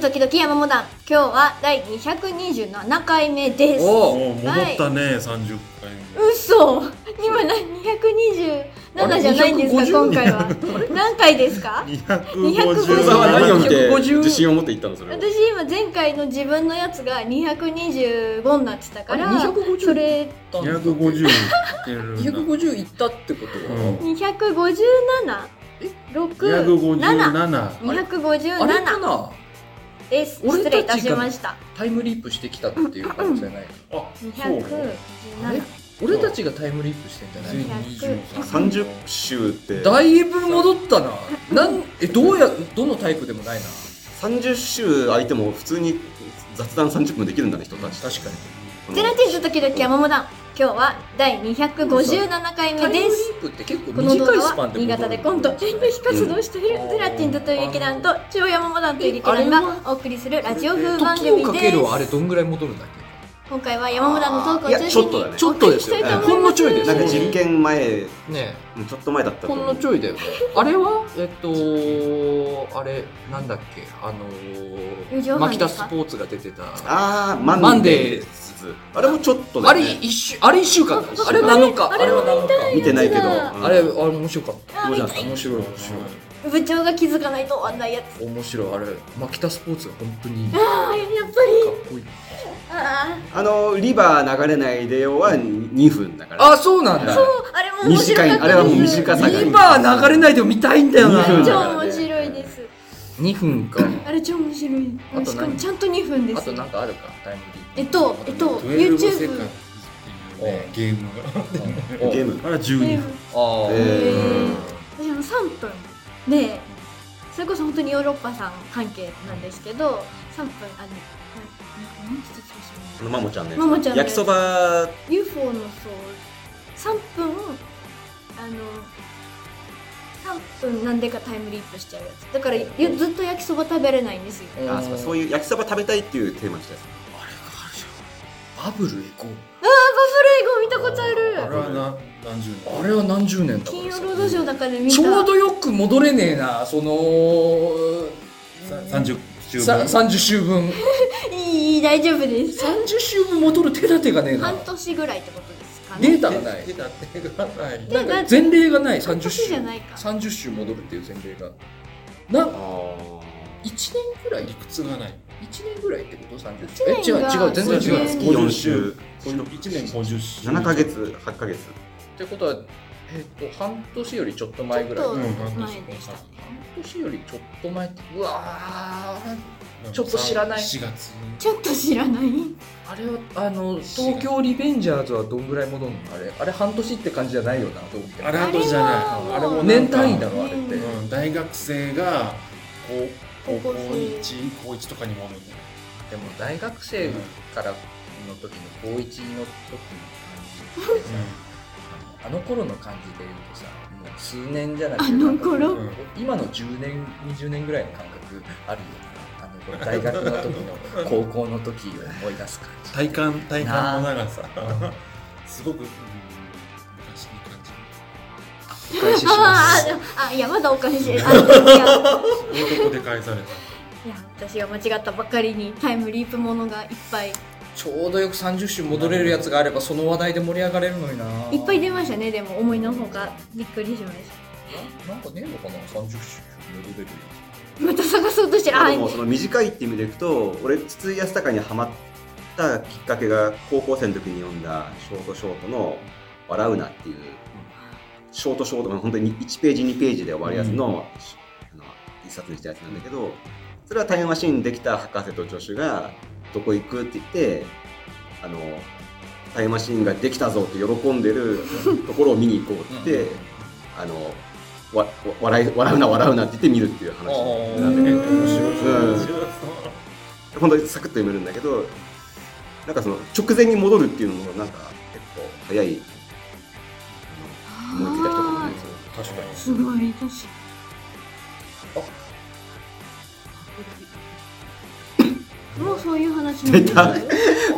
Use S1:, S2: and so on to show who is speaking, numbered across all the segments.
S1: 時々山モダン今日は第227回目です
S2: お
S3: もう戻ったね、三十回目。
S1: 嘘今な227じゃないんですか
S2: あれ250
S1: 今回は何回ですか
S3: 二百
S1: 250
S2: 小沢は何を見て
S4: 150
S2: 自信を持って言ったのそれを
S1: 私今前回の自分のやつが225になってたから
S4: あれ250
S1: それ
S3: 二百五十。
S4: 250いったってことは、
S3: うん二百五十
S1: 257?6?7
S3: 七。
S4: あれか
S1: 257
S4: な
S1: です
S4: 俺
S1: 失礼
S4: たちが
S1: いたしました
S4: タイムリープしてきたっていう可能性ない
S3: あ、
S1: 217
S4: あれ俺たちがタイムリープしてんじゃない
S2: 三
S1: 200
S2: 十週って
S4: だいぶ戻ったななんえどうやどのタイプでもないな
S2: 三十週空いても普通に雑談三十分できるんだね人たち。
S4: 確かに
S2: に
S1: ゼラチンズ時々山モダン今日は第257回
S4: タ
S1: 目
S4: イムリ
S1: です
S4: ープって結構
S1: この動
S4: 短
S1: 画
S4: いスパ
S1: は
S4: ンで
S1: 新
S4: 戻る
S1: 潟でコント演劇活動をしているゼラチンズという劇団と中央山モダンという劇団がお送りするラジオ風番
S4: 時
S1: 組
S4: をか
S1: で
S4: け
S1: す
S4: るはあれどんぐらい戻るんだっけ
S1: 今回は山モダンのトークを中
S2: いやちょ
S1: 心
S2: っとだ
S1: に
S2: ね
S4: ちょっとですよね
S1: お送りしたいと思
S4: ほ
S1: い
S4: ん
S1: ます
S4: のちょいです
S2: なんか
S4: よ
S2: 実験前
S4: ね
S2: うんちょっと前だった
S4: え
S2: と
S4: ほん
S2: 思う
S4: のちょいだよねあれはえっとあれなんだっけあの
S1: 友情
S4: ー、
S1: 班
S4: マ
S1: で
S4: キ
S1: すか
S4: タスポーツが出てた
S2: ああ
S4: マ
S2: マン
S4: ン
S2: デ
S4: デ
S2: ー
S4: ー
S2: あれもちょっとだ
S4: あ
S2: よ
S4: れ
S2: ね
S4: 一週あれ一週間だ
S2: そう
S4: あれ7日
S1: あれあれ
S4: は7日
S2: 見てないけど
S1: あ
S4: あれあれ
S2: うん
S4: 面白かった
S1: あ見たい
S4: 面白い面白
S1: 部長が気づかないと終わんないやつ
S4: い面白いあれマキタスポーツが本当にいいかっ
S1: ああやっぱり
S4: こいい
S1: あ
S2: あのリバー流れないでよは二分だから
S4: あそうなんだ
S1: あそうあれも面白か
S2: 短
S1: ったで
S2: い
S1: す
S2: あれはもう短さが
S4: リバー流れないでも見たいんだよな
S2: 二分だ
S1: 超面白いです
S4: 2分か
S1: あれ超面白い
S4: あと何
S1: しかもちゃんと2分で
S4: あ
S1: す
S4: となんかあるかタイム
S1: え
S4: リ
S1: っ
S4: ー
S1: とえっと
S3: 12世界
S1: YouTube
S3: っていうねゲームが。
S4: プ
S2: ゲーム
S3: あれ十二。
S4: ああ、
S2: え
S1: 私も3分でそれこそ本当にヨーロッパさん関係なんですけど3分あの何て言ってまし
S2: あのマモちゃんね
S1: マモちゃんのやつ
S2: 焼きそば
S1: UFO のそう3分あの3分なんでかタイムリープしちゃうやつだからゆずっと焼きそば食べれないんですよ
S2: あそうかそう
S4: いう
S2: いう焼きそば食べたいっていうテーマにしたやつ
S4: バブルエコ
S1: バブルエゴ見たことあ
S3: あ
S1: る
S3: れはな何十年。
S4: あれは何十年だ
S1: 金曜ロードショーの中で見た
S4: ちょうどよく戻れねえなその
S3: さ三十週分。
S4: さ30週分
S1: いいいい大丈夫です
S4: 30週分戻る手立てがねえな
S1: 半年ぐらいってことですか
S4: デ
S1: ね
S4: ータがない
S3: 手だってください。
S4: なんか前例がない
S1: 半
S4: 30
S1: 年
S4: 週
S1: じゃないか
S4: 30週戻るっていう前例がな1年ぐらい1
S3: 理屈がない。
S4: 年ぐらいってこと30週
S1: 一年が
S4: え違う違う全然違う
S1: そう
S2: 月4週
S3: 一年五十週。
S2: 7ヶ。月8ヶ月
S4: ってことはえっ、と半年よりちょっと前ぐ
S1: ち
S4: らい
S1: ょっと
S4: 半
S3: うん
S1: 前でしたね
S4: 年よりちょっと前ってうわー
S3: うん
S4: ちょっと知らない
S3: 四月。
S1: ちょっと知らない
S4: あれはあの東京リベンジャーズはどんぐらい戻るのあれあれ半年って感じじゃないよなどう見ても
S3: あれはどうじゃない
S1: あ
S3: あ
S1: れ
S3: れ
S1: はもう
S3: も
S4: 年単位だ
S3: ろ
S4: ろあれって、
S1: うん
S3: うん大学生が高
S1: 高校
S3: 高校
S1: 生
S3: 一高一とかに戻るんだよ
S4: でも大学生からの時の高一の時の感じってさ、あの頃の感じで言うとさもう数年じゃなくて
S1: あの頃
S4: なんか今の10年20年ぐらいの感覚あるよなあの頃大学の 時の高校の時を思い出す感じ
S3: 体感体
S4: なあ
S3: 感の長さすごくうん昔に感じる
S4: お返ししま
S1: あ
S4: す
S1: ああいやまだおかしいあい
S3: そういうとこで返された
S1: やいや私が間違ったばかりにタイムリープものがいっぱいい
S4: ちょうどよく30週戻れるやつがあればその話題で盛り上がれるのにな
S1: っぱい出ましたねでも思いのほかびっくりしまし
S4: ななんかねえのかな30週戻れるや
S1: たまた探そうとしてるあ
S2: でもその短いって意味でいくと俺筒井康隆にハマったきっかけが高校生の時に読んだショートショートの「笑うな」っていうショートショートまあ本当に1ページ2ページで終わるやつの,、あの一冊にしたやつなんだけどそれはタイムマシーンできた博士と助手が「どこ行く?」って言ってあのタイムマシーンができたぞって喜んでるところを見に行こうって言って、あのわわ笑い笑うな笑うなって言って見るっていう話なんだけど。
S1: 面
S2: うん本当にサクッと読めるんだけどなんかその直前に戻るっていうのもなんか結構早いあの思いついた人かもしれないですよ
S3: 確かに
S1: すごい確かにもうそういう話も
S2: 出た
S4: つ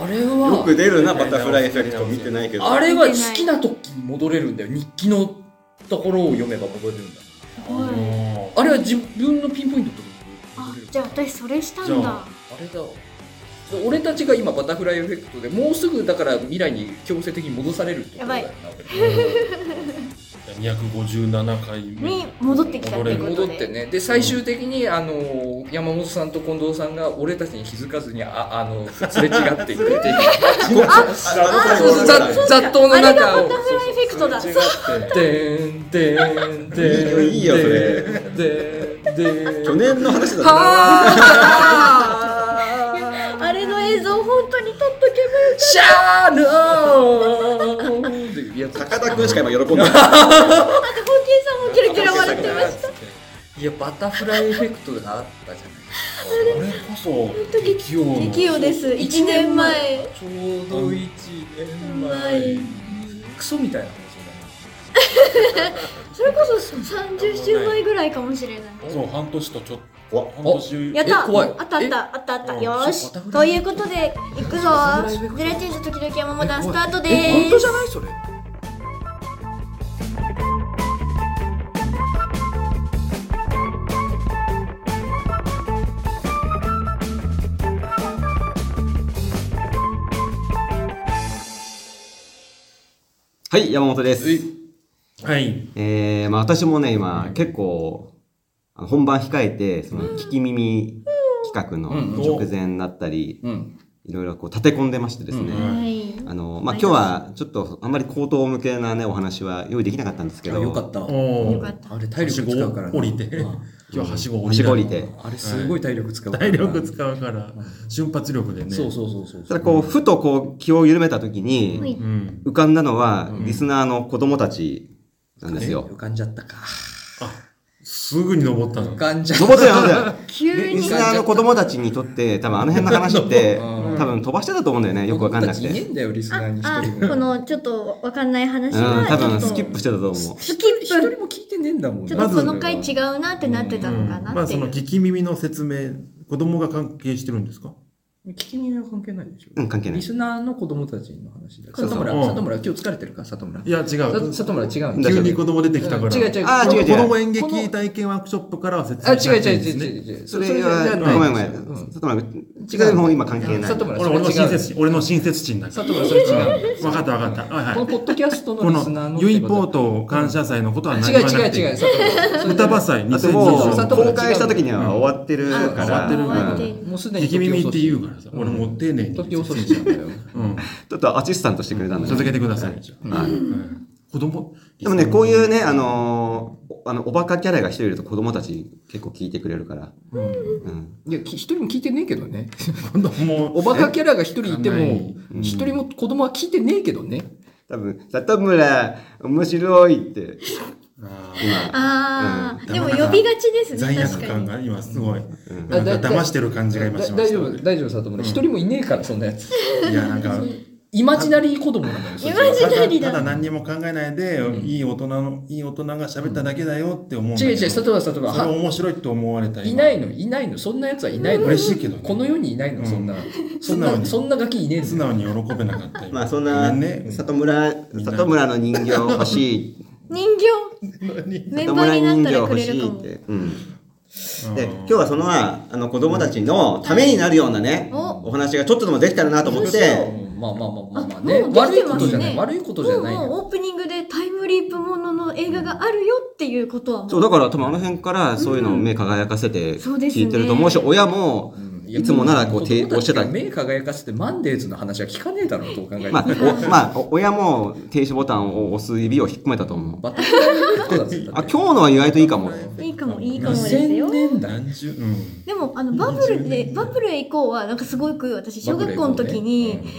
S4: あれ
S2: よ
S4: は
S2: く出るなバタフライエフェクト見てないけど
S4: あれは好きな時に戻れるんだよ日記のところを読めば戻れるんだ
S1: すごい
S4: あれは自分のピンポイントのところ
S1: あ
S4: くれる
S1: じゃあ私それしたん
S3: じゃ
S1: だ
S3: あ
S4: あれだで俺たちが今バタフライエフェクトでもうすぐだから未来に強制的に戻されるってことだよな
S3: 257回目
S1: に戻ってきたって
S3: う
S1: い
S3: ん
S1: うこ
S4: 戻
S1: と
S4: って
S1: で
S4: ねで最終的にあのー山本さんと近藤さんが俺たちに気づかずにああのすれ違っていく っていう
S2: あ
S4: そうそうざ雑踏の
S1: あれが
S4: 中
S1: バ
S4: を
S1: タフライエフェクトだ
S3: 違っ
S1: そう
S3: て
S4: でんでんでん
S2: いいよいいよそれ
S4: でんでん
S2: 去年の話だったな
S4: はー
S1: あれの映像本当に撮っとけばよ
S4: シャーローっていうやつ
S2: 高田君しか今喜んでない
S1: かったホーキンさんもキラキラ笑ってました
S4: いやバタフライエフェクトがあったじゃない
S3: あれこそ適応の
S1: 不器用です1年前
S4: ちょう
S3: ど一
S1: 年
S3: 年
S1: 前
S3: 前
S4: クソみたいな話
S1: それこそ30週前ぐらいかもしれない
S3: そう半年とちょっ
S2: 怖
S3: と半
S2: っ
S3: 年
S1: やった
S4: え怖い
S1: あったあったあったあった
S3: うん
S1: よーし
S4: バタフ
S1: と
S4: ライ
S1: いうことで行くぞ
S4: バタフライエフェクト
S1: ゼラチンズ時々山本
S4: だ
S1: ダン
S4: な
S1: スタートで
S4: え本
S1: ー
S4: 当
S1: す
S4: じゃないそれ
S2: はい山本です
S3: はい
S2: えーまあ、私もね今結構あの本番控えてその聞き耳企画の
S4: うん
S2: 直前だったり、
S4: うん
S2: いろいろこう立て込んでましてですね、
S4: う
S1: はい
S2: あのまあ、今日はちょっとあんまり口頭向けな、ね、お話は用意できなかったんですけど
S4: よかった
S1: よかった
S4: あれ体力使うからな
S3: はしご降りて
S4: うん
S3: 今日はしご降りた
S2: はしご降りて
S4: あれすごい体力使うから
S3: 体
S4: な
S3: 力使うから瞬発力でね
S4: そうそうそうそう
S2: ただこうふとこう気を緩めた時
S1: は
S2: に
S1: い
S3: うん
S2: 浮かんだのは
S4: うん
S2: リスナーの子供たちなんですよ
S4: 浮。かんじゃったか
S3: すぐに登ったの
S4: 浮かんじゃっ
S2: 登ってない登ってない
S1: 急
S2: リ
S1: に
S2: スナーの子供たちにとって多分あの辺の話って
S4: うん
S2: 多分飛ばしてたと思うんだよねよくわかんなく
S4: 僕たちいね
S2: て。
S4: えんだよリスナーに
S1: あ
S4: 一人
S1: あこ
S4: も
S1: のちょっとわかんない話
S2: うん
S1: は
S2: 多分
S1: ちょっ
S2: ス
S1: と
S2: キップしてたと思う。
S1: スキップ
S4: 一人も聞いてねえんだもん
S1: ちょっとこの回
S4: 違
S1: 違うなってなってたのか
S3: ま
S1: な
S3: あ
S1: ってい、
S3: そうの聞き耳の説明子供が関係してるんですか
S4: う聞き耳は関係ないでしょ
S2: うん関係ない
S4: リ。スナーの子供たちの話だよ
S2: そう
S4: 里
S2: そう
S4: 村
S3: うん
S4: 里村今日疲れてるか里村
S3: いや違
S4: さ
S3: う
S4: 里村違うんだ
S3: 急に子供出てきたから
S4: 違う違う
S2: あー違う違う
S3: 子供演劇体験ワークショップからは説
S4: あ違
S3: 明しな
S4: う
S3: くてい
S4: 違
S3: い
S4: うん
S3: で
S4: 違
S3: す
S4: う
S3: ね
S4: 違う違う
S2: それは
S4: じゃない
S2: ごめんごめん
S4: うん
S2: 里村君違うもう今関係ない
S4: 里村
S3: 俺俺の
S4: それ
S3: 親
S4: 違う
S3: 切心俺の親切心だか
S4: 里村それ違う
S3: ら分かった分かったはい
S4: こ
S3: は
S4: の
S3: い
S4: ポッドキャスト
S3: こ
S4: のリスナー
S3: の
S4: の
S3: ユイポート感謝祭のことは何
S4: 違
S3: も
S4: う
S3: 言わなく
S4: 違う
S3: ていい
S4: 違う里村それ
S3: 歌葉祭
S2: あともう
S4: そう
S3: 2023
S4: 里村違う
S2: 公開した時には終わってる
S1: うん
S2: から、
S3: 終わってるから
S2: うん
S1: 終わ
S4: もうすでに
S3: 聞き耳って言うからさ
S4: ん
S3: 俺もう丁寧に
S4: 時遅しなんだよ
S3: うん
S2: ちょっとアシスタントしてくれたんだ
S3: 続け
S2: ね。
S3: てください
S2: はい
S3: うん子供
S2: でもね、こういうね、あのーおあの、おバカキャラが一人いると子供たち結構聞いてくれるから。
S3: うん
S2: うん。
S4: いやき一人も聞いてねえけどね
S3: 子供
S4: おバカキャラが一人いても
S2: うん
S4: 一人も子供は聞いてねえけどね
S2: 多分、里村、面白いって。
S3: あー
S2: 今、
S1: ああ、
S3: うん
S1: でも呼びがちですね
S3: 罪悪
S1: 確か
S3: 感
S1: に
S3: が今すごい、
S2: ん
S3: なんか騙してる感じが今しま
S4: 大
S3: した
S4: 丈夫大丈夫里村一人もいねえからそんなやつ
S3: いやなんか
S4: イマジナリー子供なのよそいつは
S1: イマジ
S3: た
S1: ナ
S3: だ
S1: リー
S3: た
S1: だ
S3: だ何にも考えないで、いい大人のいい大人が喋っただけだよって思うんだけど、
S4: 違う違う里村里村
S3: それ
S4: は
S3: 面白いって思われた
S4: いない
S3: の
S4: のいないのそんなやつはいないの
S3: 嬉しいけどね
S4: この世にいないのそんなそ
S3: 素
S4: ん
S3: 直
S4: な
S3: に
S4: そんなガキいねえ
S3: 素
S4: んだよ
S3: 直に喜べなかった今
S2: まあそんな、
S3: ごめ ね
S2: 里村、
S3: んな
S2: 里村の人形欲 しい。
S1: 人形メン
S2: 里
S1: バー
S2: 村
S1: になっ
S2: 人
S1: たら
S2: 形
S1: く
S2: 欲
S1: れ
S2: し
S1: るか
S2: い
S1: も
S2: って。うん。
S3: うん
S2: で、今日はその、あの、子供たちのためになるようなね、
S1: お
S2: お話がちょっとでもできたらなと思っ
S4: う
S2: て、
S4: んまあまあまあまあまあ
S1: あ
S4: ね
S1: もうでき
S4: 悪い
S1: て
S4: こ
S1: ま
S4: とじ
S1: す
S4: ゃない
S1: ね
S4: 悪いことじ
S1: も
S4: ゃ
S1: う
S4: ない
S1: もう
S4: よ
S1: オープニングでタイムリープものの映画があるよっていうことはもう
S2: そう、だから多分あの辺からそういうのを目輝かせて
S1: そうですね
S2: 聞いてると思うし、親も
S4: うんや
S2: いつもならこう
S4: 子
S2: 抵
S4: 供た
S2: 抗して
S4: ち
S2: た
S4: が目輝かせてマンデーズの話は聞かねえだろうと考えて
S2: まあ、おまあ、お親も停止ボタンを押す指を引っ込めたと思う。
S4: バタフライエフェクトだぜだ
S2: あ、
S4: って
S2: 今日のは意外といいかも。
S1: いいかもいいかもです
S4: 2000
S1: よ
S4: 年代
S3: 何十うん
S1: でもあのバブルでバブルへ行こうはなんかすごく私小学校の時に、
S4: バブル以降ね、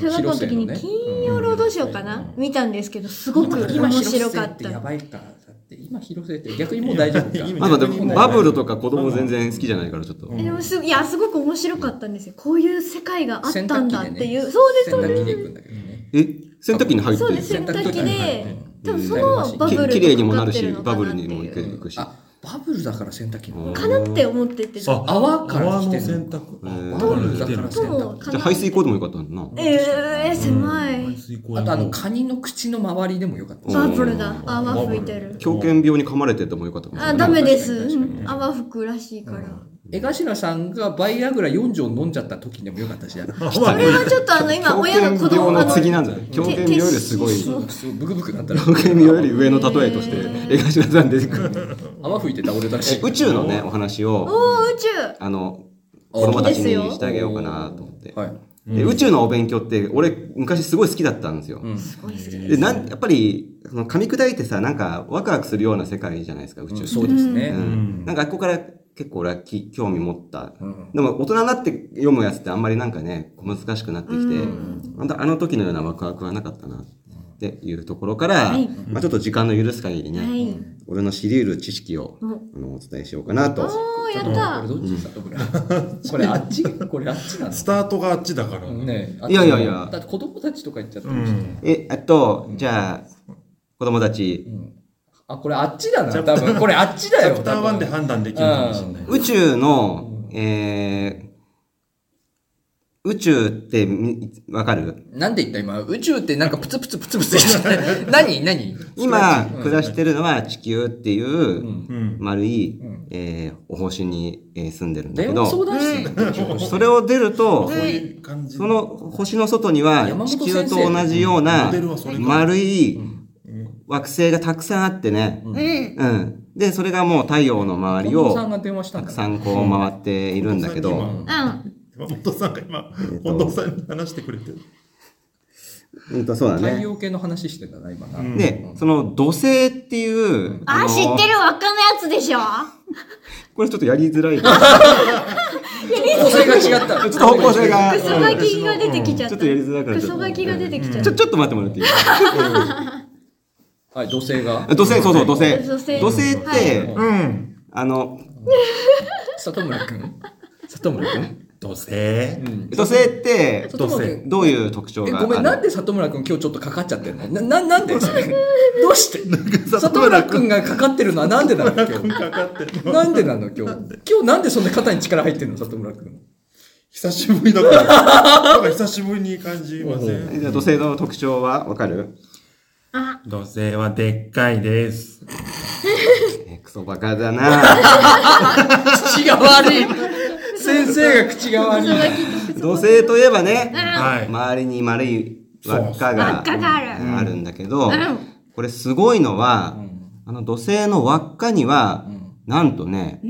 S1: 小学校の時に
S4: 広末
S1: 金曜ロードショーかな、
S3: うん
S1: 見たのね見たんですけどすごく面白か
S4: 今広末
S1: った
S4: やばいかだって今広瀬って逆にもう大丈夫か
S2: ま
S3: 今
S2: あ、だってバブルとか子供全然好きじゃないから、ちょっと。
S1: えでもすいやすごく面白かったんですよこういう世界があった
S4: 洗
S1: ん
S4: 濯機
S1: だっ
S4: でね
S1: ていう、そうです
S4: 洗
S1: そうです
S4: 濯機で行くんだけどね
S2: え、洗濯機に入って
S1: そう
S2: る
S1: です洗濯機
S4: 洗濯機に入って
S1: で多
S4: る
S1: 分そのバブルと
S2: きれいにもなる
S1: かかって
S2: し、
S1: のか
S2: バブル
S1: ってい
S2: に
S1: う
S2: も行く行くし。
S4: あバブルだから洗濯機
S2: うん
S1: かなって思ってて
S3: あ
S4: 泡から来
S3: の
S4: てる
S3: 洗濯
S2: へー
S3: 泡から来てる
S4: だから
S1: ともか
S2: じゃあ
S1: な
S2: 排水口でもよかったのにな。
S1: えー、狭い、
S3: うん排水口こ
S4: あとあの
S3: う
S4: カニの口の周りでもよかった
S2: うん
S1: バブルだ泡吹いてる
S2: 狂犬病に噛まれててもよかったかもしれ
S1: あ
S2: な
S1: ダメ
S2: い
S1: です
S4: 確かに確か
S1: うん泡吹くらしいから、
S4: 江頭さんがバイアグラ4錠飲んじゃった時でもよかった
S1: そ
S4: し、
S1: れはちょっとあの今
S2: 狂
S1: 親の子
S2: 犬
S1: 供
S2: 病
S1: あの
S2: の次なんじゃない狂犬病よりすごい
S1: けそう
S4: すごいブクブクなったら
S2: 狂犬病より上の例えとして
S1: へー
S2: 江頭さん出てくる
S4: 泡吹いて倒れたらし
S2: え
S4: い。
S2: 宇宙のねお話
S1: お
S2: を
S1: お宇宙
S2: あの
S4: あ
S2: 子供たちに
S1: いいですよ
S2: してあげようかなと思って
S4: はい。
S2: で宇宙のお勉強って俺昔すごい好きだったんですよ、
S4: うん
S1: すごい好き
S2: でなんやっぱりその噛み砕いてさなんかワクワクするような世界じゃないですか宇宙って、
S4: そうですね。
S2: う
S3: うんん
S2: なんかここから結構俺はき興味持った
S4: うん
S2: でも大人になって読むやつってあんまりなんかね小難しくなってきて、
S1: うん
S2: 本当あの時のようなワクワクはなかったなっていうところから、
S1: はい
S2: まあ、ちょっと時間の許す限りね、
S1: はい
S2: 俺の知り得る知識を
S1: お
S2: あのお伝えしようかなと。
S1: おーやっ
S4: これ
S1: た
S4: どっちだこれ。これあっちこれあっちな
S3: スタートがあっちだから
S4: の。ね。
S2: いやいやいや
S4: だって子供たちとか言っちゃって
S3: う
S4: るし。
S3: ん
S2: え、あと、じゃあ、子供たち、
S4: うんあこれあっち
S3: チ
S4: だな。
S3: ャプタ
S4: 多
S3: ー
S4: 分これあっちだ
S3: チ
S4: よ。
S3: ャプター
S4: 多分
S3: 1で判断できるかもしれない。
S2: 宇宙の、えー、宇宙ってみわかる
S4: なんで言った今宇宙ってなんかプツプツプツプツしてる 何何
S2: 今、暮らしてるのは地球っていううん
S3: うん
S2: 丸い、
S4: うん
S2: えーお星にえー住んでるんだけ
S4: 電話相
S2: ど、
S4: 談室
S2: それを出ると
S3: そう、いう感じ
S2: その星の外には
S4: 山本
S2: 地
S4: 先
S2: 球
S4: 生
S2: と同じよう
S3: モ
S2: な
S3: デルはそれか
S2: 丸い
S4: うん
S2: 惑星がたくさんあってね。
S4: う
S1: うん
S4: ん
S2: うん。で、それがもう太陽の周り
S4: 近藤さん
S2: を
S4: が電話した
S2: た
S4: ん
S2: く
S4: だ
S2: さんこう回っているんだけ
S3: う
S2: ど、
S3: ん
S1: う
S3: 今本藤さんが今
S2: えっと
S3: 本藤さんに話してくれてる。
S2: うんとそうだ
S4: 太
S2: ね。
S4: 陽系の話してたな今な、
S3: うん
S2: で、その土星っていう、
S1: あ
S2: の
S1: 知ってる輪っかのやつでしょ
S2: これちょっとやりづらい。ちょ
S4: 構成が違った
S2: っと方向性が、
S1: クソガ
S2: ち
S1: キが出てきちゃっ
S2: ょ
S1: た
S2: っとやりづらくなっ
S1: ク
S2: ちゃ
S1: ソ
S2: っ
S1: ガキが出てきちゃっ
S2: た。ち
S1: た
S2: ょ、ちょっと待ってもらっていい
S4: はい土星が
S2: 土星、そうそう、土星。
S1: 土星
S2: 土星っ
S1: は
S2: て、
S3: うん。
S2: あの、
S4: 里村くん里村くん
S3: 土星。
S4: うん
S2: 土星って、
S4: 里村くん
S2: どういう特徴
S4: え
S2: があ
S4: ごめん
S2: る
S4: なんで里村くん今日ちょっとかかっちゃってんのなななんでそれどうして
S3: 里
S4: 里
S3: 村
S4: 村
S3: く
S4: くんがかかってるのはなんでなの今日
S3: かかってるの
S4: なんでなの今日今日なんでそんな肩に力入ってるの里村くん
S3: 久しぶりだ から。なんか久しぶりに感じませ
S2: え
S3: ん。
S2: じゃあ土星の特徴はわかる
S1: あ
S3: 土星はでっかいです。
S2: えークソバカだな
S4: 口が悪い先生が口が悪い
S2: 土星といえばね、
S3: は。
S2: 周りに丸い輪っかが
S1: 輪っかがある
S2: うんあるんだけど、
S1: うん
S2: これすごいのは、あの土星の輪っかには、
S4: ん
S2: なんとね、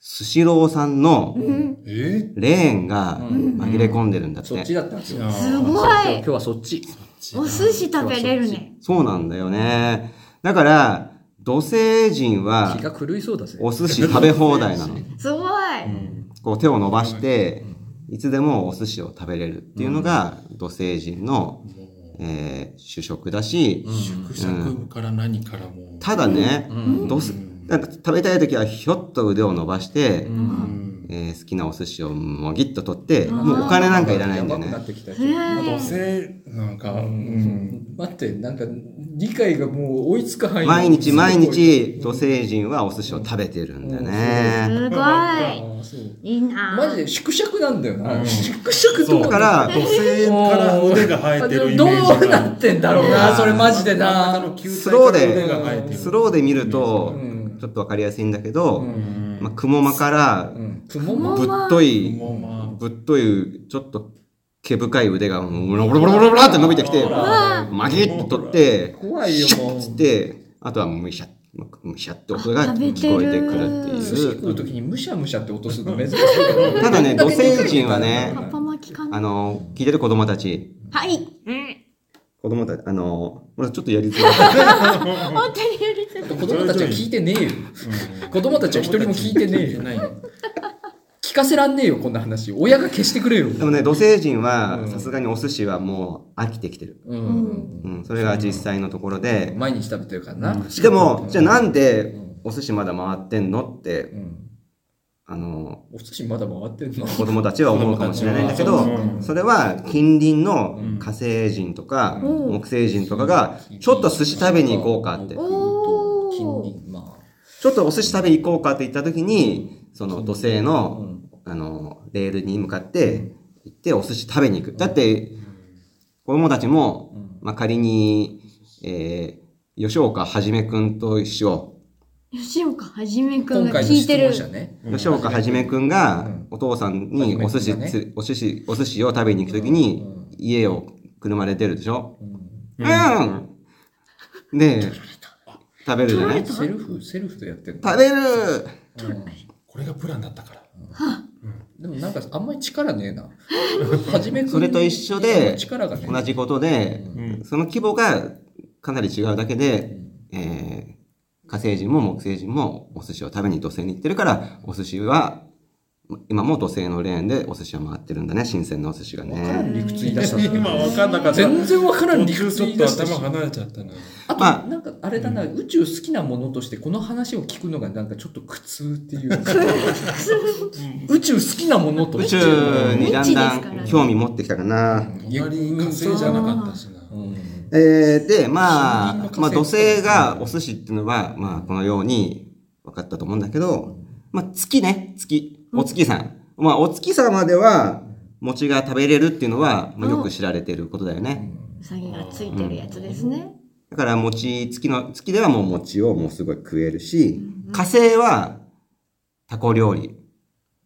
S2: スシローさんの
S1: うん
S3: え
S2: レーンが
S4: うん
S2: 紛れ込んでるんだって。
S4: そっちだったんですよ
S3: ー
S1: すご
S4: 今
S1: い
S4: 日はそっち
S1: お寿司食べれるね
S2: そうなんだよね。だから、土星人は
S4: 気が狂いそうだぜ
S2: お寿司食べ放題な の。
S1: すごい
S2: こう手を伸ばして、いつでもお寿司を食べれるっていうのが、土星人の、えー主食だし、
S3: 縮尺から何からも。
S2: ただね、どうすなんか食べたい時はひょっと腕を伸ばして、
S3: うん。
S2: えー好きなお寿司をもぎっと取って、
S1: ん
S2: もうお金なんかいらないんだよ
S4: やばくな
S2: ね
S4: っ。てきた
S1: へ
S3: まあ土
S1: え
S3: 星なんか。うん。
S4: 待ってなんか理解がもう追いつかない
S2: 毎日毎日土星人はお寿司を食べてるんだよね。
S1: すご
S4: あ
S1: い
S4: ーそう
S1: いいな
S4: マジで縮尺なんだよな、
S3: うん
S4: 縮尺どう
S2: だから、
S3: 土星から腕が生えてるイメ
S4: どう
S3: ージが。
S4: なってんだろう
S2: うん
S4: なそれマジで
S3: 真ん中
S4: な
S3: の球体
S2: スローで
S3: から腕が生えてる
S2: スローで見ると
S4: うん、
S2: ちょっとわかりやすいんだけど、
S4: うん
S2: まあ、雲間から
S4: うん雲も
S2: ぶっとい、
S3: もうま
S2: ぶっとい、ちょっと毛深い腕が、もうボロボロボロボロボロって伸びてきて、
S4: ほら
S1: わ
S2: 曲げっと取って、
S4: 怖いよ
S2: シャ
S4: もう
S2: ッつって、あとはむしゃ、むしゃって音が聞こえてくるって
S4: 寿司
S2: い
S4: 食
S2: う。
S4: う時にむしゃむしゃって音するの珍しい
S2: ただね、土星人は
S1: あ
S2: ね、
S1: パパ巻きか
S2: あ
S1: な
S2: の、聞いてる子供たち、
S1: はいうん
S2: 子供たち、あの、俺ちょっとやりづらい。
S1: 本当にやりたい
S4: 子供たちは聞いてねえよ子供たちは一人も聞いてねえよ聞かせらんねえよこんな話親が消してくれよ
S2: でもね、土星人は
S4: う、ん
S2: さすがにお寿司はもう飽きてきてる。
S4: うん
S2: うん、それが実際のところで。
S4: 毎日食べてるからな、
S2: でも、じゃあなんでお寿司まだ回ってんのって
S4: う、ん
S2: あの、
S4: お寿司まだ回ってんの
S2: 子供たちは思うかもしれないんだけど、
S3: うん
S2: それは近隣の火星人とか
S1: うん
S2: 木星人とかが、ちょっと寿司食べに行こうかって、
S1: おー
S4: 近隣まあ
S2: ちょっとお寿司食べに行こうかって言った時に、その土星
S4: う
S2: の、
S4: ん
S2: あの、レールに向かって行ってお寿司食べに行く。だって、子供たちも
S4: うん
S2: まあ、仮に、えー、吉岡はじめくんと一緒、
S1: 吉岡はじめくん
S4: 今
S1: が
S4: 回の
S1: 聞い
S4: 質
S1: てる
S4: 問。者ね。
S3: うん
S2: 吉岡はじめくんが
S4: うん
S2: お父さんにお寿司
S4: はじめくんがね
S2: つ、お寿司、お寿司を食べに行くときに
S4: うん
S2: 家を車で出るでしょ
S4: うん
S2: う
S3: うん
S2: ん、で、食べるじゃな
S1: 取られ
S2: い
S1: た
S4: セルフ、セルフでやってるの
S2: 食べる
S4: うん
S3: これがプランだったから。
S4: でもなんかあんまり力ねえ な。はじめくん
S2: それと一緒で
S4: 力がね
S2: 同じことで、
S4: う
S3: うんん。
S2: その規模がかなり違うだけ
S4: う
S2: で、
S4: ん
S2: えー、火星人も木星人もお寿司を食べに土星に行ってるから、お寿司は今も土星のレーンでお寿司は回ってるんだね、新鮮なお寿司が
S4: わからん
S2: ね。
S4: 理屈言い出したな
S3: 今わかんなかった。
S4: 全然わからん理
S3: 途
S4: 屈
S3: 中
S4: 言い
S3: ちょっ
S4: 出
S3: と
S4: したし
S3: 頭離れちゃったな。
S4: あと、
S2: まあ
S4: なんかあれだな、宇宙好きなものとしてこの話を聞くのがなんかちょっと苦痛っていうか 宇宙好きなものと
S2: 宇
S4: し
S2: 宙
S4: て
S2: にだんだ
S1: 未知ですから
S2: ん
S1: ね
S2: 興味持ってきたかな。
S3: あまり火星じゃなかったしな。
S4: うん
S2: えーで、まあ
S4: 森林の、火星
S2: まあ、土星がお寿司っていうのは、まあ、このように分かったと思うんだけど、まあ、月ね、月、お月さん。まあ、お月さんまでは、餅が食べれるっていうのは、まあ、よく知られてることだよね。
S1: うさぎがついてるやつですね。
S2: だから、餅、月の、月ではもう餅をもうすごい食えるし、火星は、タコ料理。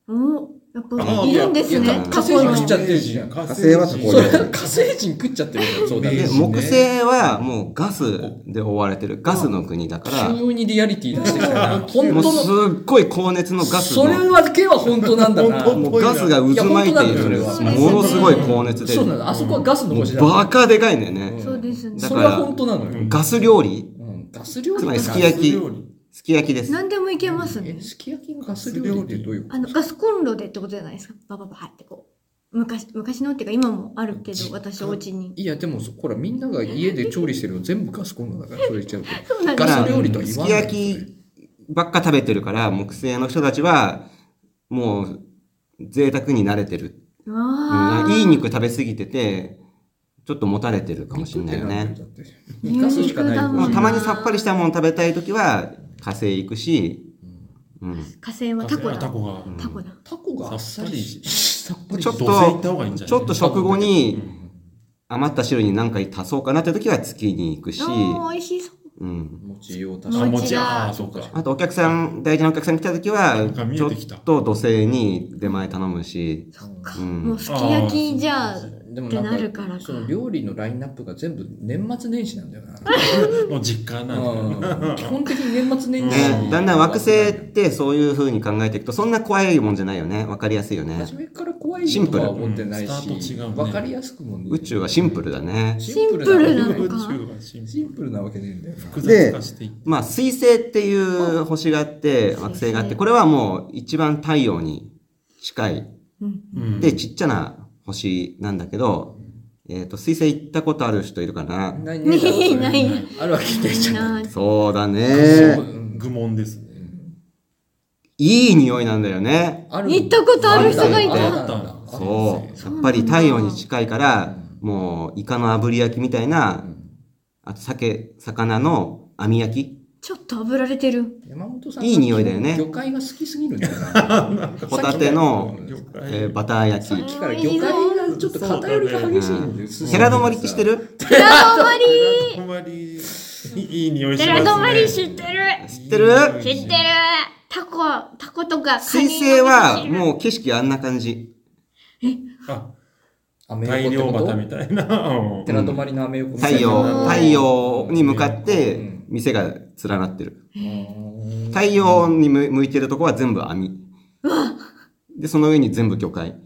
S1: おやっ
S3: あ
S1: ぱいるんです
S4: いや
S1: ね
S4: いや。
S1: 過去
S4: 火
S1: の
S4: 星。食っちゃってるじゃん
S3: 火
S2: 星はそこ
S4: それ
S2: で
S4: 火星人食っちゃってるからそうだ
S3: いい
S2: で
S3: で
S4: ね
S3: すね
S2: 木星はもうガスで覆われてる、ガスの国だから、
S4: 急にリアリティ出してきたな本当
S2: もうす
S4: の
S2: っごい高熱のガスの
S4: それだけは本当なんだな
S3: 本当
S2: もうガスが渦巻いてい
S4: い
S2: る
S4: や本
S1: 当なんだよそれは
S2: ものすごい高熱で
S4: そうなのあそこはガスの
S2: も
S4: 星
S2: う
S4: だから
S2: バカでかいんだよね、
S1: そうですね
S2: だ
S4: そ
S2: か
S4: れ
S2: ら
S4: は本当なのよ
S2: ガス料理
S4: うんガス料理
S2: つまり
S4: だ
S2: す
S4: な
S2: き焼き
S3: 料理
S2: すき焼きです
S1: 何でもいけますね
S4: え。すき焼きのガス料理ってどういうこと
S1: あの、ガスコンロでってことじゃないですか。ババババってこう。昔、昔のっていうか今もあるけ
S4: 実
S1: ど、
S4: 家
S1: 私お家に。
S4: いやでもそほらみんなが家で調理してるの全部ガスコンロだからそれ言っちゃうと
S1: そうなんで
S2: だ
S1: す
S2: か
S4: ガス料理とは
S2: ら
S4: 言
S2: す
S4: わ
S2: き
S4: ない
S2: 焼きばっか食べてるから木星の人たちはもう贅沢に慣れてる、
S1: あー
S2: いい肉食べ過ぎててちょっともたれてるかもしれないよね
S4: だって
S1: 牛
S4: ガスしか
S1: 肉
S4: ない
S1: だも
S2: ま
S1: ん
S2: あ
S1: な
S2: たまにさっぱりしたもの食べたい時は火星行くし、うん、
S1: 火星はタコだ。
S3: タコが。
S1: タコだ。
S4: タコがあっさりさっぱり
S2: ちょっ
S3: 土
S2: と
S3: 星行った方がいいんじゃない
S2: ちょっと食後に余った汁に何か足そうかなって時は月に行くし、
S1: おー、美味しそう。
S2: うん、
S4: 餅を
S1: あ
S3: あ、
S1: 餅だ
S3: 餅ああ、そうか。
S2: あとお客さん、大事なお客さん来た時は
S3: んか、見
S2: ち
S3: え
S2: ょって
S3: きた
S2: と土星に出前頼むし、
S1: そっか。
S2: うん
S1: もうすき焼きじゃあ、
S4: でも
S1: ってな
S4: な
S1: る
S4: んか
S1: からか
S4: その料理のラインナップが全部年末年始なんだよな
S3: の実家なんだよね
S4: うん基本的に年末年
S3: う
S2: ね
S4: 始
S3: ん
S2: だんだん惑星ってそういう風に考えていくと、そんな怖いもんじゃないよね。わかりやすいよね
S4: 初。めから怖いとは思ってない
S3: シンプルうんス
S4: し
S3: タート違うね
S4: わかりやすくもね
S2: 宇宙はシンプルだね。
S4: シンプル
S1: シンプルな
S4: な
S1: の
S4: わ
S1: か
S4: け
S3: 宇宙は進
S4: シンプルなわけねえんだよな
S3: 複雑化していっ
S2: まあ、水星っていう星があって、惑星があって、これはもう一番太陽に近い。
S1: うん。
S3: うん
S2: で、ちっちゃな星なんだけど、えっと、水星行ったことある人いるかな
S4: ないねえだろそ
S1: い
S4: れ
S1: ないな
S4: あるわけねえじゃん
S1: いな。
S2: そうだね。
S3: 愚問ですね。
S2: いい匂いなんだよね。
S4: あ
S1: 行ったことある人がいた
S4: あったんだ
S2: そう。
S1: そうな
S2: や
S1: んだ
S2: っぱり太陽に近いから
S4: うん、
S2: もう、イカの炙り焼きみたいな、あと、酒、魚の網焼き。
S1: ちょっと炙られてる。
S4: 山本さん
S2: いい匂いだよね
S4: 魚介が好きすぎるんだよ な
S2: ホタテの
S4: さっき
S3: 了解
S2: えーバター焼
S4: さっ
S2: き。
S4: きから魚介がちょっと偏りが激しいんです
S2: 寺泊まりってしてる
S1: 寺泊まり
S3: あんまりいい匂いしますね。
S1: 寺泊まり知ってる
S2: 知ってる
S1: 知ってるタコ、タコとかカニ
S2: 水
S1: の
S2: 星は、
S1: う。
S2: もう景色あんな感じ。
S3: あ、
S4: あ
S3: 大量バタみたいな。うん
S4: 寺泊まりのアメ横みたい
S2: 太
S4: な
S2: 陽、太陽に向かっ
S4: う
S2: て
S4: ん、
S2: 店が連なってる。
S4: うん
S2: 太陽にむ向いてるとこは全部網。で、その上に全部魚介。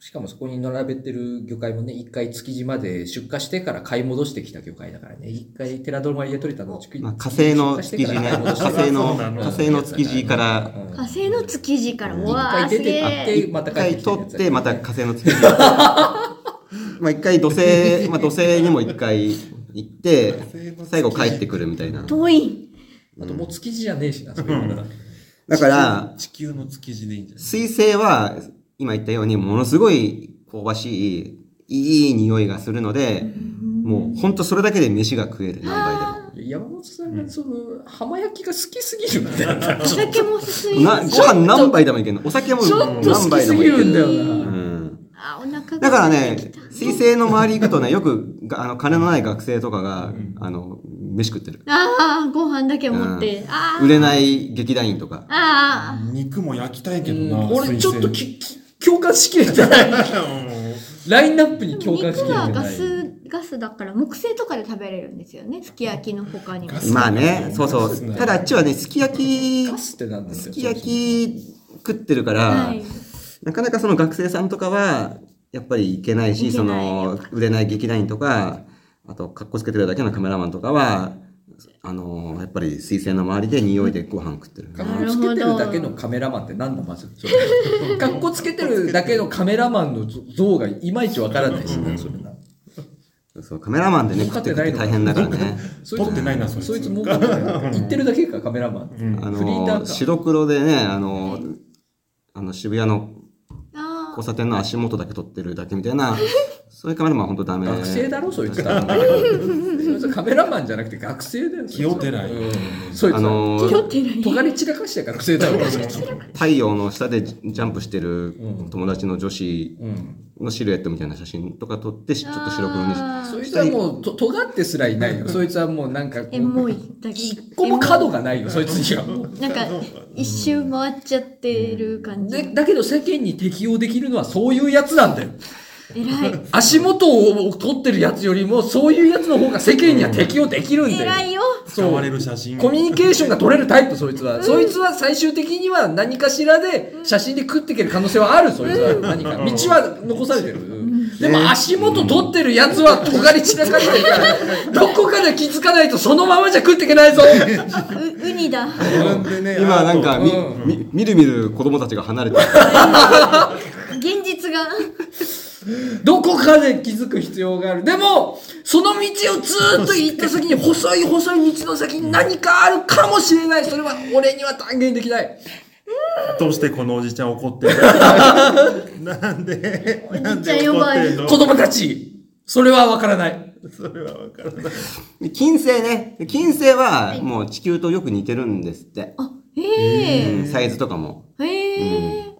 S4: しかもそこに並べてる魚介もね、一回築地まで出荷してから買い戻してきた魚介だからね、一回寺泊まりで取れたのを築地
S2: まあ、火星の築地ね。
S4: 出荷
S2: 火
S4: してから
S2: 星の、
S3: そうな
S2: 火
S3: の
S2: 星の築地から
S4: う
S1: 火
S4: ん
S1: 星の築地から、
S2: うん
S1: うわあ、
S4: 一回出
S1: す
S4: て
S1: げえ。
S4: また
S2: 一
S4: 帰ってきてるや
S2: 回取っ
S4: つだ
S2: て、また火星 の月に。まあ一回土星、まあ土星にも一回行って、最後帰ってくるみたいな。
S1: 遠い。
S4: あともう築地じゃねえしな、それ
S3: うん
S4: から
S2: だから、
S3: 地球の築地でいいんじゃない
S2: 水星は今言ったようにものすごい香ばしい、いい匂いがするので、もうほんとそれだけで飯が食える、何倍でも。
S4: 山本さんがその、浜焼きが好きすぎるんだよな。
S1: お酒も進み
S2: なご飯何杯でもいけるの。お酒も
S1: ちょっ
S4: ちょっと好き
S2: 何杯ですも
S4: ぎ
S2: いけ
S4: るん
S2: る。
S4: だよ
S2: う
S4: な。
S2: ん。
S1: あ、お腹覚
S2: だから
S1: で
S2: ね
S1: きた、
S2: 水星の周り行くとね、よくがあの金のない学生とかが、
S3: うん
S2: あの飯食ってる。
S1: ああ、ご飯だけ持って。あ
S2: 売れない劇団員とか。
S1: あ。あ
S3: 肉も焼きたいけど
S4: う
S3: な。
S4: ん俺ちょっと
S3: き。
S4: きき共感しきれてない ラインナップ
S1: あ。
S4: に
S1: 肉
S4: 共感しきれて
S1: は
S4: ない
S1: ガス、ガスだから、木製とかで食べれるんですよね。すき焼きの他にも
S3: ガ。ス
S2: まあね、そうそ
S3: そうです
S2: う。
S3: ね
S2: ただあっちはね、すき焼き
S4: ガ、スってなんです
S2: す
S4: よ
S2: き焼き食ってるから、
S1: はい。
S2: なかなかその学生さんとかは、やっぱり行けないし、
S1: 行け
S2: そ
S1: ない
S2: の、売れない劇団員とか、あと、格好つけてるだけのカメラマンとかは、あの、やっぱり水星の周りで匂いでご飯食ってる。
S4: か
S1: な
S4: っ
S1: るほ
S4: こ
S1: ど
S4: つけてるだけのカメラマンって何だまずかっこつけてるだけのカメラマンの像がいまいちわからないしなそれな
S2: そう、カメラマンでね、食ってくって大変だからね。
S4: そい
S3: 取ってないな、そいつ
S4: そいつもうかってない言ってるだけかカメラマン
S3: うん
S2: あ
S4: フリーター
S2: の、
S4: か
S2: 白黒でね、あ
S1: は
S2: の
S1: い、
S2: あの渋谷の
S1: あ
S2: 交差点の足元だけ撮ってるだけみたい な、そういうカメラマンは本当ダメ。
S4: 学生だろ そいつ多分そいつカメラマンじゃなくて学生だよそいつ
S3: 気をてない
S4: うんそいつ
S2: あの
S1: あ。気取ってない。
S4: 尖り散らかして 学生だろそいつ
S2: 太陽の下でジャンプしてる
S4: うん
S2: 友達の女子
S4: うん
S2: のシルエットみたいな写真とか撮って、しちょっと白黒にし
S1: あー
S4: そいつはもうと尖ってすらいないよそいつはもうなんかこう
S1: エモいだけ。
S4: 一個も角がないよそいつにはもう
S1: なんか、一周回っちゃってる感じ
S4: で。だけど世間に適応できるのはそういうやつなんだよ
S1: 偉い。
S4: 足元を取ってるやつよりもそういうやつの方が世間には適応できるんだよ
S1: 偉いよ。
S3: 使
S4: そ
S3: われ
S4: う
S3: る写真。
S4: コミュニケーションが取れるタイプそいつは、そいつは最終的には何かしらで写真で食っていける可能性はあるそいつは何か道は残されてる、でも足元取ってるやつは尖り散らかしてるからどこかで気づかないとそのままじゃ食っていけないぞ
S1: う、ウニだ。
S3: 自分でね
S2: 今なんかみ,み、
S4: う
S2: みるみる子供たちが離れて
S1: 現実が。
S4: どこかで気づく必要がある。でも、その道をずーっと行った先に、細い細い道の先に何かあるかもしれない。それは俺には断言できない。
S3: どうしてこのおじちゃん怒ってる なんでなんで怒ってんの
S4: 子供たち、それはわからない。
S3: それは分からない。
S2: る金星ね金星はもう地球とよく似てるんですって、
S1: あ、え
S2: う
S1: え
S2: んサイズとかも
S1: へえ。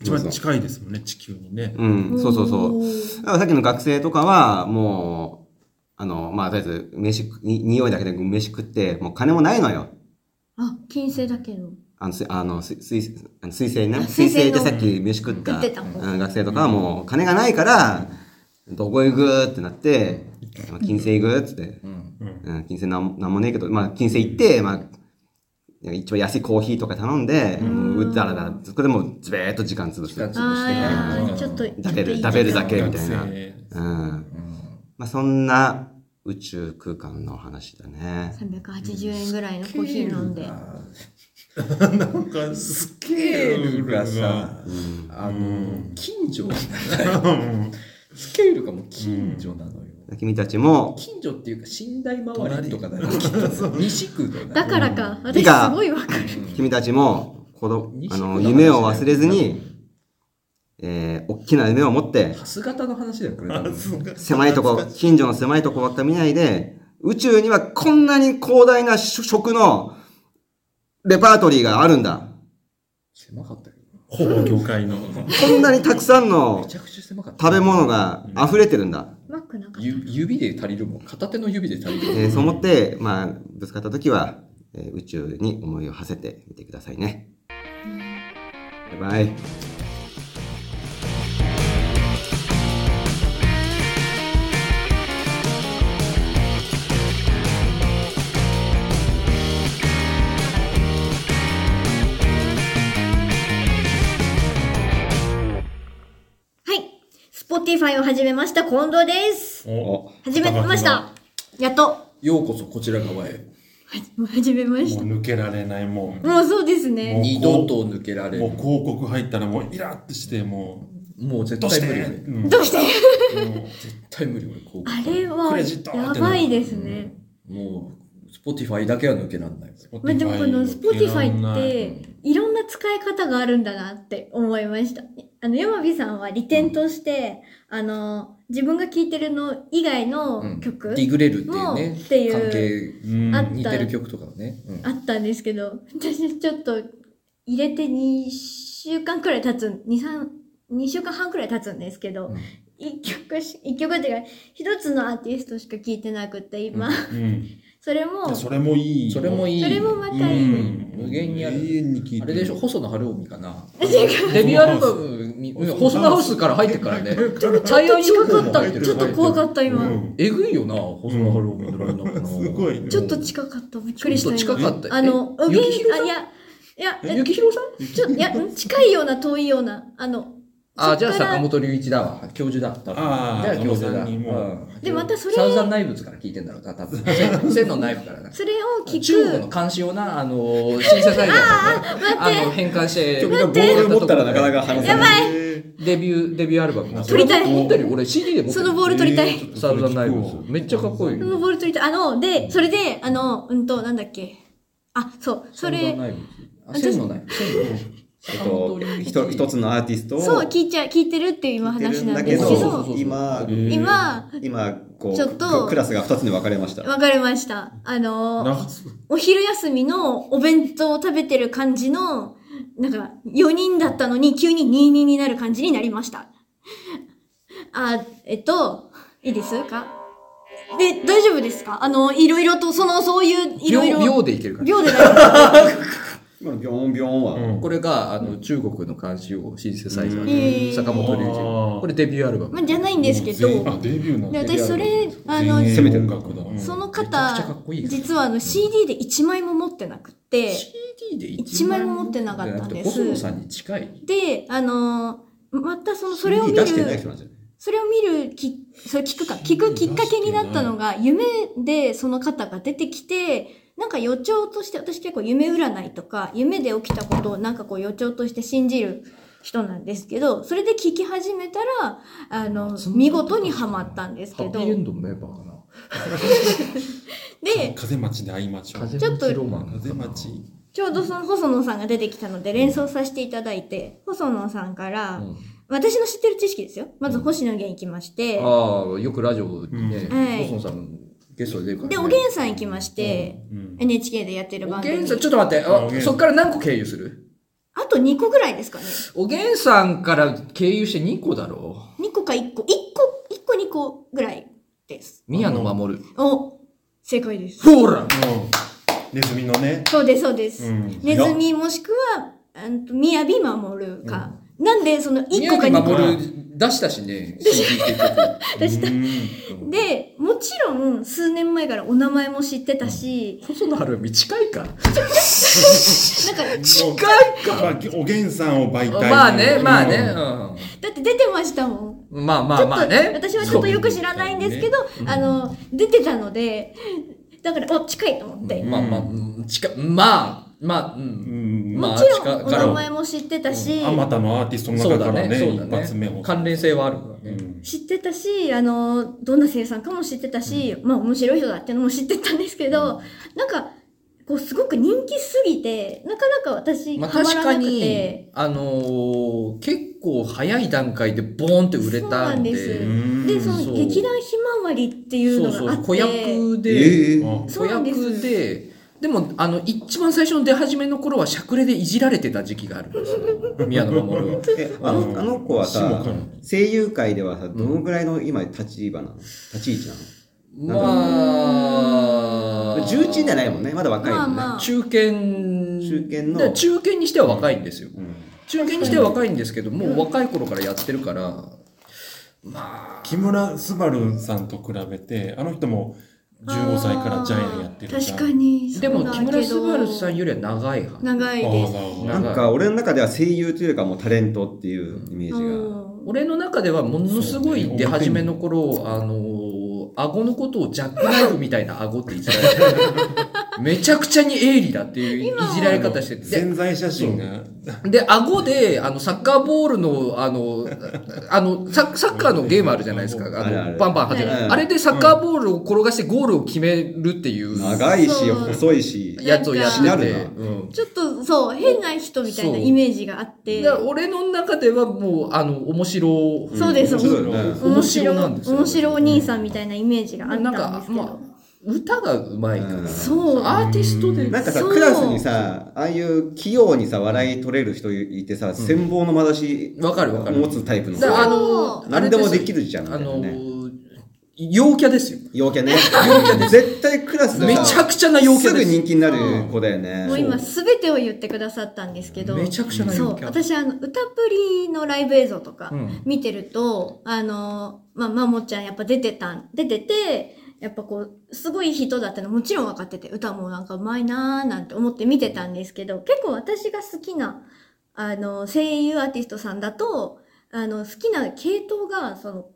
S3: 一番近いですもんね、地球にね。
S2: うんそうそうそう
S1: お
S2: だ
S1: ー
S2: からさっきの学生とかはもうあのまあとりあえず飯食に匂いだけで飯食ってもう金もないのよ
S1: あ、金星だけど。
S2: あのすあのす水あの水星ね
S1: あ水
S2: 水星
S1: 星
S2: で
S1: の
S2: さっき飯食った
S1: 食ってた
S2: うん学生とかはもう金がないからどこ行くってなって金星行くっつって
S3: うん
S2: うん、金星なんなんもねえけど、まあ、金星行って、まあ、一番安いコーヒーとか頼んで、
S1: ん
S2: もううだらだら、そこでもう、ずべーっと時間潰す。
S4: 時間潰
S1: あ
S4: う
S1: あ、
S4: ん
S1: ちょっと。ちょっと
S2: 食べる
S1: いい
S2: 食べるだけ
S1: 時
S2: みたいな
S3: 学生
S2: うん。まあ、そんな宇宙空間の話だね。
S1: 間380円ぐらいのコーヒー飲んで。
S3: なんかス
S4: スケールがさ、
S2: うん。
S4: あの、近所。
S3: うん
S4: スケールがもう近所なのよ。
S2: 君たちも、
S4: 近所っていうか、寝台周りとかだよ。きっ と西区だよ
S1: だからか、私
S2: いや
S1: すごいわかる。
S2: 君たちも、子供
S4: 西、区
S2: あ
S4: の話
S2: の、
S4: だよ
S2: 夢を忘れずに、えー、大きな夢を持って、
S4: はす型の話だよ、これ多分。
S2: 狭いとこ、近所の狭いとこばっか見ないで、宇宙にはこんなに広大な食食のレパートリーがあるんだ。
S4: 狭かったよ。
S3: ほぼ魚介 の。
S2: こんなにたくさんの
S4: めちゃくちゃ狭かった。
S2: 食べ物が溢れてるんだ。
S1: うまくなかっ
S4: ゆ指で足りるもん片手の指で足りる
S2: えーそう思って、まあ、ぶつかった時は、えー宇宙に思いを馳せてみてくださいね。バイバイ。
S1: た。はい。Spotify を始めました、近藤です。
S3: お
S1: 始めました。やっと。は
S4: ようこそこちら側へ
S1: いもう始めまし
S3: も
S1: た
S3: う。抜けられない、もう。
S1: もうそうですね。
S4: 二度と抜けられ
S3: もう
S4: る
S3: 広告入ったらもうイラってして、も
S4: もう絶
S3: う。どうし
S4: 対
S3: て
S4: 無理俺絶
S3: うん
S1: どうして
S3: も
S4: 対無理俺こう
S1: あれ
S3: ク
S1: は
S3: レジットってな
S1: や
S3: る
S1: ばいですね。
S4: もう Spotify だけは抜けられないう
S1: まあでもこの Spotify っ
S3: い
S1: ていろんな使い方があるんだなって思いました。あの山火さんは利点として、あの自分が聴いてるの以外
S4: うん
S1: の曲、
S4: ディグレルっていう
S1: もう
S4: ね
S1: っていう
S4: 関係
S3: うん
S1: あっ
S4: 似てる曲とかをね、うん
S1: あったんですけど、私ちょっと入れて2週間くらい経つん、2、3、2週間半くらい経つんですけど、
S4: うん
S1: 一曲し、一曲っていうか、一つのアーティストしか聴いてなくて、今。
S3: うん
S1: それも、
S3: それもいい
S4: それもいい
S1: それもまたいい
S3: うん
S4: 無限にある
S3: 永遠に聞いてる
S4: あれでしょ細野晴臣 かな
S1: 違
S4: デビューアルバムに
S3: 細野ハウス
S4: 細野ハウスから入ってるからね
S1: ちょっ
S4: タイア
S1: と
S4: ン
S1: 近
S4: 情報
S1: か
S4: も
S1: っ
S4: 入て
S1: た。
S4: る
S1: ちょっと怖かった、
S3: う
S1: 今。
S3: ん
S4: えぐいよな細野晴臣のラインナップな
S3: すごいね
S1: ちょっと近かった。びっくりし。
S4: ちょったと近
S1: 今
S4: かったよ
S1: あの、
S4: え
S1: うげ
S4: 雪
S1: ん、
S4: 広
S1: あ、
S4: さん
S1: いや、いや、
S4: え
S1: え
S4: ゆきひろさん
S1: ちょっと、いや、うん近いような、遠いような。あの、
S4: あ
S1: そっ
S4: じゃあ
S1: から
S4: 坂本龍一だわ教授だ多分
S3: あー
S4: じゃあ教授だ
S3: この三人も
S4: うん
S1: でまたそれ
S4: サウザン内部から聞いてんだろうな多分千千の内部からな
S1: それを聞
S4: 中国の
S1: く、
S4: 監視をな、あのー、シンセサイザーからね、あの、変換して、
S2: 曲がボール持ったらなかなか話せ
S1: や
S2: ない。
S1: ばい
S4: デビュー、デビューアルバム。
S1: 撮りたい
S4: それ持ってるよ俺 CD で持って
S1: そ
S4: る
S1: のボール取りたい。
S4: サウザンナイブスめっちゃかっこいい
S1: そのボール取りたい。あの、で、それで、あの、うんと、なんだっけ。あ、そう、そ
S4: サウザ
S1: れ
S4: ン、ナイブスあ、線のない。線のない。
S2: えっと、一一つのアーティストを
S1: そう、
S2: 聞い
S1: 聞いちゃ、聞いてるっていう今
S2: てる
S1: 話
S2: ん
S1: な
S2: だ
S1: んで
S2: け
S1: す
S2: ど
S1: け
S4: そうそう
S1: ど、
S4: そう
S2: 今、
S1: 今、
S2: 今こう
S1: ちょっと
S2: ククラスが2つに分かれました。
S1: 分かれました。あの
S3: な
S1: ー、お昼休みのお弁当を食べてる感じの、なんか、4人だったのに急に2人になる感じになりました。あ、えっと、いいですかで、大丈夫ですかあの、いろいろと、その、そういう、い
S4: 秒
S1: ろいろ。
S4: 秒でいけるから。
S1: 秒でだ
S2: 今のビョーンビョーンは、
S3: うん
S4: これが、あの、中国の監視をシンセサイザー
S1: う
S4: で、
S1: ん
S4: 坂本龍一
S3: あ。ー
S4: これデビューアルバム。
S1: まあ、じゃないんですけど、
S3: あデビューなん
S1: で
S3: だ
S1: 私それ、あ
S3: 全
S1: の、
S3: 英
S2: 攻めてる
S3: 音楽だうん
S1: その
S4: めちゃくちゃか
S1: 方
S4: っこいい、よ
S1: 実はあの CD で1枚も持ってなくて、
S4: CD で
S1: 一枚も持ってなかったんです
S4: 細野さんに近い。
S1: で、あのーまたその、それを見
S2: CD 出してない
S1: る
S2: 人、なんじゃない
S1: それを見るき、それ聞くか、聞くきっかけになったのが、夢でその方が出てきて、なんか予兆として、私結構夢占いとか、夢で起きたことをなんかこう予兆として信じる人なんですけど、それで聞き始めたら、あの、見事にはまったんです
S4: ハ
S1: け
S4: ッ
S1: ど
S4: ピ、ーエンドのメンバーかな。
S1: で、
S3: 風町で会いましょう
S4: 風
S1: ちょっと
S4: 町ロマンかな。
S3: 風町
S1: ちょうどその細野さんが出てきたので連想させていただいて、細野さんから、
S4: うん
S1: 私の知ってる知識ですよ。まず星野源行きまして、
S4: ああ、よくラジオにね、
S1: うんはい
S4: 細野さんゲストで出るから、ね。
S1: で、おげんさん行きまして、
S3: うん
S1: NHK でやってる
S4: お
S1: 番
S4: げ
S1: 組。
S4: んさん、ちょっと待って、
S3: おげ
S4: あ
S3: ん
S4: そっから何個経由する
S1: あと2個ぐらいですかね。
S4: おげんさんから経由して2個だろ
S1: 2個か1個、1個、1個2個ぐらいです。
S4: う。宮野真守。
S1: お、正解です。
S4: ほら
S3: ネズミのね
S1: そうです、そうです。
S3: うん
S1: ネズミもしくは、うんと、みやび守るか。なんで、その1
S4: 宮
S1: 個か2
S4: 野真
S1: 個。
S4: 守出したしね、CD 結
S1: 私た
S3: うん
S1: で、もちろん、数年前からお名前も知ってたし、
S4: 局。細野晴臣近いか
S1: なんか、
S4: 近い
S3: ま
S4: か
S3: あおげんさんを媒体に
S4: まあね、まあね、
S1: だって出てましたもん。
S4: うん。まあま
S1: ちょっ
S4: あ
S1: と
S4: まあね。
S1: 私はちょっとよく知らないんですけど、あの出てたのでだからお近いと思って、
S4: そうまあまあ、うん近いまあ、まあ、う。
S3: うんん
S4: まあ
S1: もちろ
S4: 近
S1: ん
S4: い
S1: お名前も知ってたし、
S3: あまたのアーティストの
S4: そう
S3: 中か
S4: だ
S3: ら
S4: ね、そ
S3: ね
S4: うだ
S3: 一発目
S4: ね
S3: を。
S4: 関連性はあるからね。
S3: うん
S1: 知ってたしあのどんな声さんかも知ってたし、まあ面白い人だってのも知ってたんですけど、なんかこうすごく人気すぎてなかなか私
S4: まあ
S1: ハマ
S4: 確
S1: ら
S4: か
S1: なく
S4: に
S1: て、、
S4: あのー結構早い段階でボーンって売れたんで、
S1: そう
S3: う
S1: なん
S3: ん
S1: でその
S4: そう
S1: 劇団ひまわりっていう
S4: そう
S1: の
S4: そ
S1: があ
S4: う
S1: って
S4: 子役で、
S2: ええ
S3: あ
S1: そ
S4: 子
S1: うなんです
S4: 役で、でも、あの、一番最初の出始めの頃は、しゃくれでいじられてた時期があるんですよ。宮野真守は。
S2: えあのあの子は
S3: 下
S2: さ
S3: から
S2: 声優界ではさどのぐらいの今立場なの立ち位置な
S4: まあ、
S2: の重鎮じゃないもんねまだ若いもんね、
S1: まあまあ
S4: 中堅。
S2: 中堅の
S4: で中堅にしては若いんですよ。
S2: うん
S4: 中堅にしては若いんですけど、もう若い頃からやってるから、まあ、
S3: 木村昴さんと比べてあの人も15歳からジャイアンやってるじゃん
S1: 確かに
S4: でも木村昴さん
S1: ん
S4: よりは長い派。
S1: 長い
S3: あ
S1: で
S3: あ
S1: す
S3: なるほど
S4: な
S2: なんか俺の中では声優というかもうタレントっていうイメージが、
S1: うん
S4: 俺の中ではものすごい出始めの頃、あのー、顎のことをジャックナイフみたいな顎っていじられて るめちゃくちゃに鋭利だっていういじられ方してて。
S3: 潜在写真が
S4: で、顎で、あの、サッカーボールの、あの、あの、ササッカーのゲームあるじゃないですか。あ
S2: あるあ
S4: の、
S2: る
S4: バンバン始め
S2: はいはい
S4: る。あれでサッカーボールを転がしてゴールを決めるっていう
S2: 長いし
S1: そう
S2: 細いし
S4: やつをやって
S2: なんか
S4: て。うん
S1: ちょっとそう変な人みたいな
S4: そう
S1: イメージがあって
S4: だから俺の中ではもう、あの、面白、
S1: そうです
S2: 面白いよね
S4: 面白なんですよ
S1: 面白お兄さんみたいなイメージがあった
S4: なん
S1: んで
S4: か
S1: すけど
S4: まあ歌がうまいから、
S2: うん
S1: そう
S4: アーティストで
S2: なんかさ、
S1: そう
S2: クラスにさ、ああいう器用にさ、笑い取れる人いてさ、羨望のまだし、
S4: わかるわかる
S2: 持つタイプの。
S4: だからあ
S1: そ
S4: の
S2: 何でもできるじゃん。みた
S4: あ
S2: いな
S4: の
S2: ね
S4: 陽キャですよ
S2: 陽キャね。陽キャね絶対クラスで
S4: めちゃくちゃな陽キャ
S2: す
S4: で
S2: ぐ
S4: す
S2: 人気になる子だよね。
S1: もう今すべてを言ってくださったんですけど
S4: めちゃくちゃな
S1: そ
S4: 陽
S1: う
S4: キャ
S1: 私あの歌プリのライブ映像とか
S4: うん
S1: 見てると、あのまあまもちゃんやっぱ出てたん出ててやっぱこうすごい人だったのもちろん分かってて歌もなんかうまいなーなんて思って見てたんですけど結構私が好きなあの声優アーティストさんだとあの好きな系統がその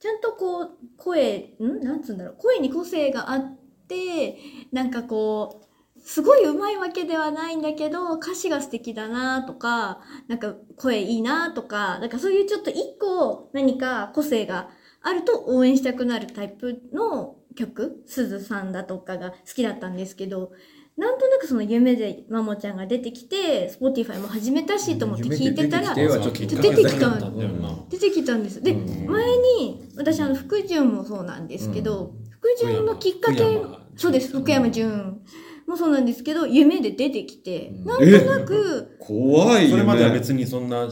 S1: ちゃんとこう声んなんつうんだろう声に個性があってなんかこうすごい上手いわけではないんだけど歌詞が素敵だなとかなんか声いいなとかなんかそういうちょっと一個何か個性があると応援したくなるタイプの曲すずさんだとかが好きだったんですけどなんとなくその夢でマモちゃんが出てきて Spotify も始めたしと思って聞いてたら
S4: 夢で出てきてはちょっと
S1: 出てきた
S3: んだよな。
S1: 出てきたんです。で、
S4: うん
S1: 前に、私、あの、福潤もそうなんですけど、福潤のきっか
S5: 福
S1: け
S5: 山、
S1: そうです、福山潤もそうなんですけど、夢で出てきて、
S4: うん
S1: なんとなく、
S2: 怖いよ、ね。
S3: それまでは別にそんな好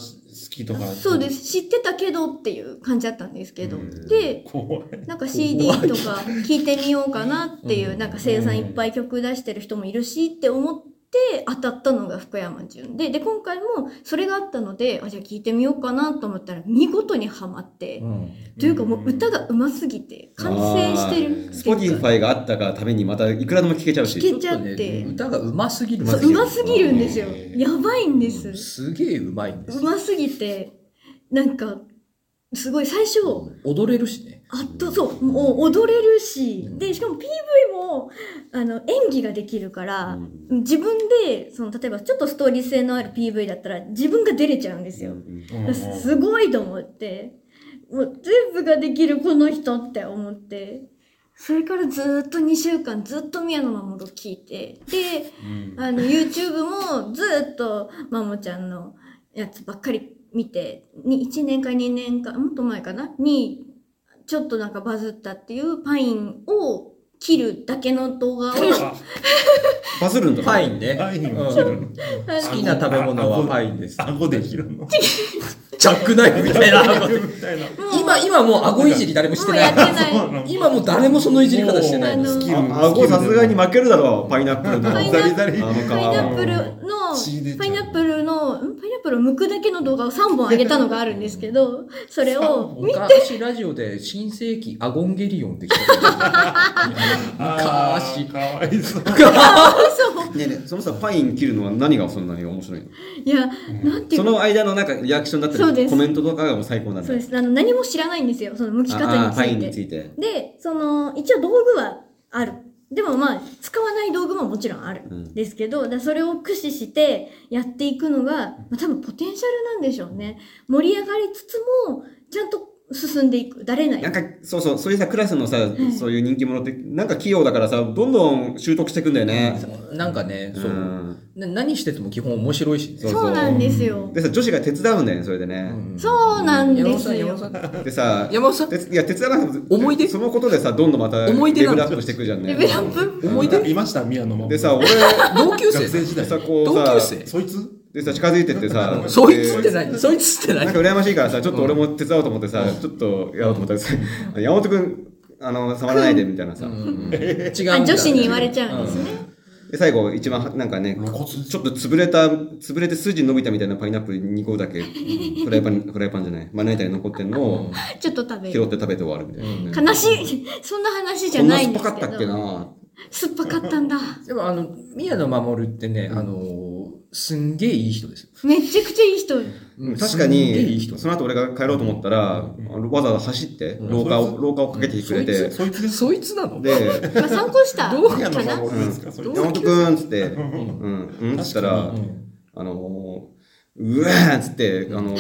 S3: きとか。
S1: そうで。す、知ってたけどっていう感じだったんですけど、
S2: うん
S1: で、
S3: 怖い。
S1: なんか CD とか聞いてみようかなっていう、
S4: うん
S1: なんか声優さんいっぱい曲出してる人もいるしって思って当たったのが福山潤で、で、今回もそれがあったので、あ、じゃあ聞いてみようかなと思ったら見事にはまって、
S4: うん
S1: というかもう歌がうますぎて完成してる
S2: スポティファイがあったがためにまたいくらでも聞けちゃうし。
S1: 聞けちゃって
S4: 歌がうますぎる
S1: そううますぎるんですよ
S5: えー
S1: やばいんです
S4: すげえうまいんです
S1: う
S4: よ
S1: ますぎてなんかすごい最初
S4: 踊れるしね
S1: あっとそうもう踊れるしでしかも PV もあの演技ができるから自分でその例えばちょっとストーリー性のある PV だったら自分が出れちゃうんですよすごいと思ってもう全部ができるこの人って思ってそれからずーっと2週間ずっと宮野真守聞いてであの YouTube もずーっとマモちゃんのやつばっかり見てに1年か2年かもっと前かなにちょっとなんかバズったっていうパインを切るだけの動 画を
S2: バズるんだ
S4: パインね
S3: パイン
S4: うん
S3: を切るの
S1: 好
S4: 好きな食べ物はパインです
S3: 顎で切るの。
S4: ジャックナイフみたいな
S3: みたいな。
S4: 今今もう顎いじり誰もして
S1: もうやって
S4: ない
S1: ない
S4: 今もう誰もそのいじり方してない
S1: もうあの
S2: あ顎さすがに負けるだろう、パイナップルの。
S1: パイナ
S3: ザリザリ。
S2: あの
S1: パイナップルの
S3: 血出ちゃう
S1: パイナップルのんパイナップルを剥くだけの動画を3本上げたのがあるんですけどそれを
S4: 昔ラジオで新世紀アゴンゲリオンって聞い
S3: あ
S4: 昔
S3: ーかわいそう。
S1: 嘘
S2: ねえねえそのさ、パイン切るのは何がそんなに面白いの
S1: いやなんてい
S2: そう
S1: か
S2: の間のなんかリアクションだっ
S1: そう
S2: た
S1: で
S2: り、
S1: す
S2: コメントとかがもう最高なんだ
S1: そうですあの何も知らないんですよその剥き方
S2: あーパイン
S1: につ
S2: に
S1: い
S2: つ
S1: て
S2: いて。
S1: でその一応道具はあるでもまあ使わない道具ももちろんある
S2: うんん
S1: ですけど、だからそれを駆使してやっていくのが、まあ、多分ポテンシャルなんでしょうね盛り上がりつつもちゃんと進んでいくだれない
S2: なんか、そうそう、そういうさ、クラスのさ、そういう人気者って、なんか器用だからさ、どんどん習得していくんだ よね。
S4: てなんかねそううんな何してても基本面白いしね
S2: そう
S1: そうなんですよ。
S2: でさ、女子が手伝うんだよね、それでね。
S4: うん
S1: そうなんで
S4: 山本さ
S1: す
S4: ん山
S1: よ
S4: 本。さん
S2: でさ、
S4: 山本さん
S2: 手いや、手伝わなくても、
S4: 思い出
S2: そのことでさ、どんどんまた、
S4: 思い出
S2: レ
S4: な
S2: ベ
S4: ん
S2: ル
S4: です
S2: アップしていくじゃん
S1: レベル
S2: ね。
S1: アップ
S4: 思い出
S3: いました、宮野真守
S2: でさ、俺、
S4: 同級
S3: 学生
S4: 生
S3: 時代。
S2: さ、こう
S4: 同
S2: さ
S4: 級、生
S3: そいつ
S2: でさ、近づいてってさ、
S4: そいつって
S2: で
S4: 何そいつって
S2: なん
S4: 何
S2: か羨ましいからさ、ちょっと俺も手伝おうと思ってさ、ちょっとやろうと思ったらさ、山本くん、あの、触らないで、みたいなさ。
S4: 違
S1: あ
S4: うんだ
S1: 女子に言われちゃうんですね。
S2: で、最後、一番、なんかね、
S3: 露骨
S2: ちょっと潰れた、潰れて筋伸びたみたいなパイナップル2個だけ、フライパン、フライパンじゃない、まな板に残ってんのを
S1: ちょっと食べ
S2: 拾っ
S1: る。
S2: て食べて終わるみたいなね、
S1: 悲しい。 そんな話じ
S2: こ
S1: ゃ
S2: んな
S1: ない
S2: 酸
S1: ん
S2: っ
S1: で
S2: ぱ
S1: す
S2: か
S1: け
S2: ったっけ
S1: ど。
S2: な
S1: 酸っぱかったんだ。
S4: でもあの宮野真守ってね、あのすんげえいい人ですよ
S1: めちゃくちゃいい 人。
S4: うん
S2: 確か
S4: すんげえいい
S2: に
S4: 人、
S2: その後俺が帰ろうと思ったら、あのわざわざ走って、廊下を、廊下をかけてくれ
S4: そ
S2: て
S4: い、
S3: そいつです。
S4: そいつなの
S2: で、
S1: まあ、参考したか
S4: どう
S3: 宮野
S1: な。
S3: 真守ですか、そい
S4: ど
S3: つ。
S4: う
S2: 山本くんっつって、うんん、うん、っつったら
S3: 確、
S2: あのー、うわーっつって、あの、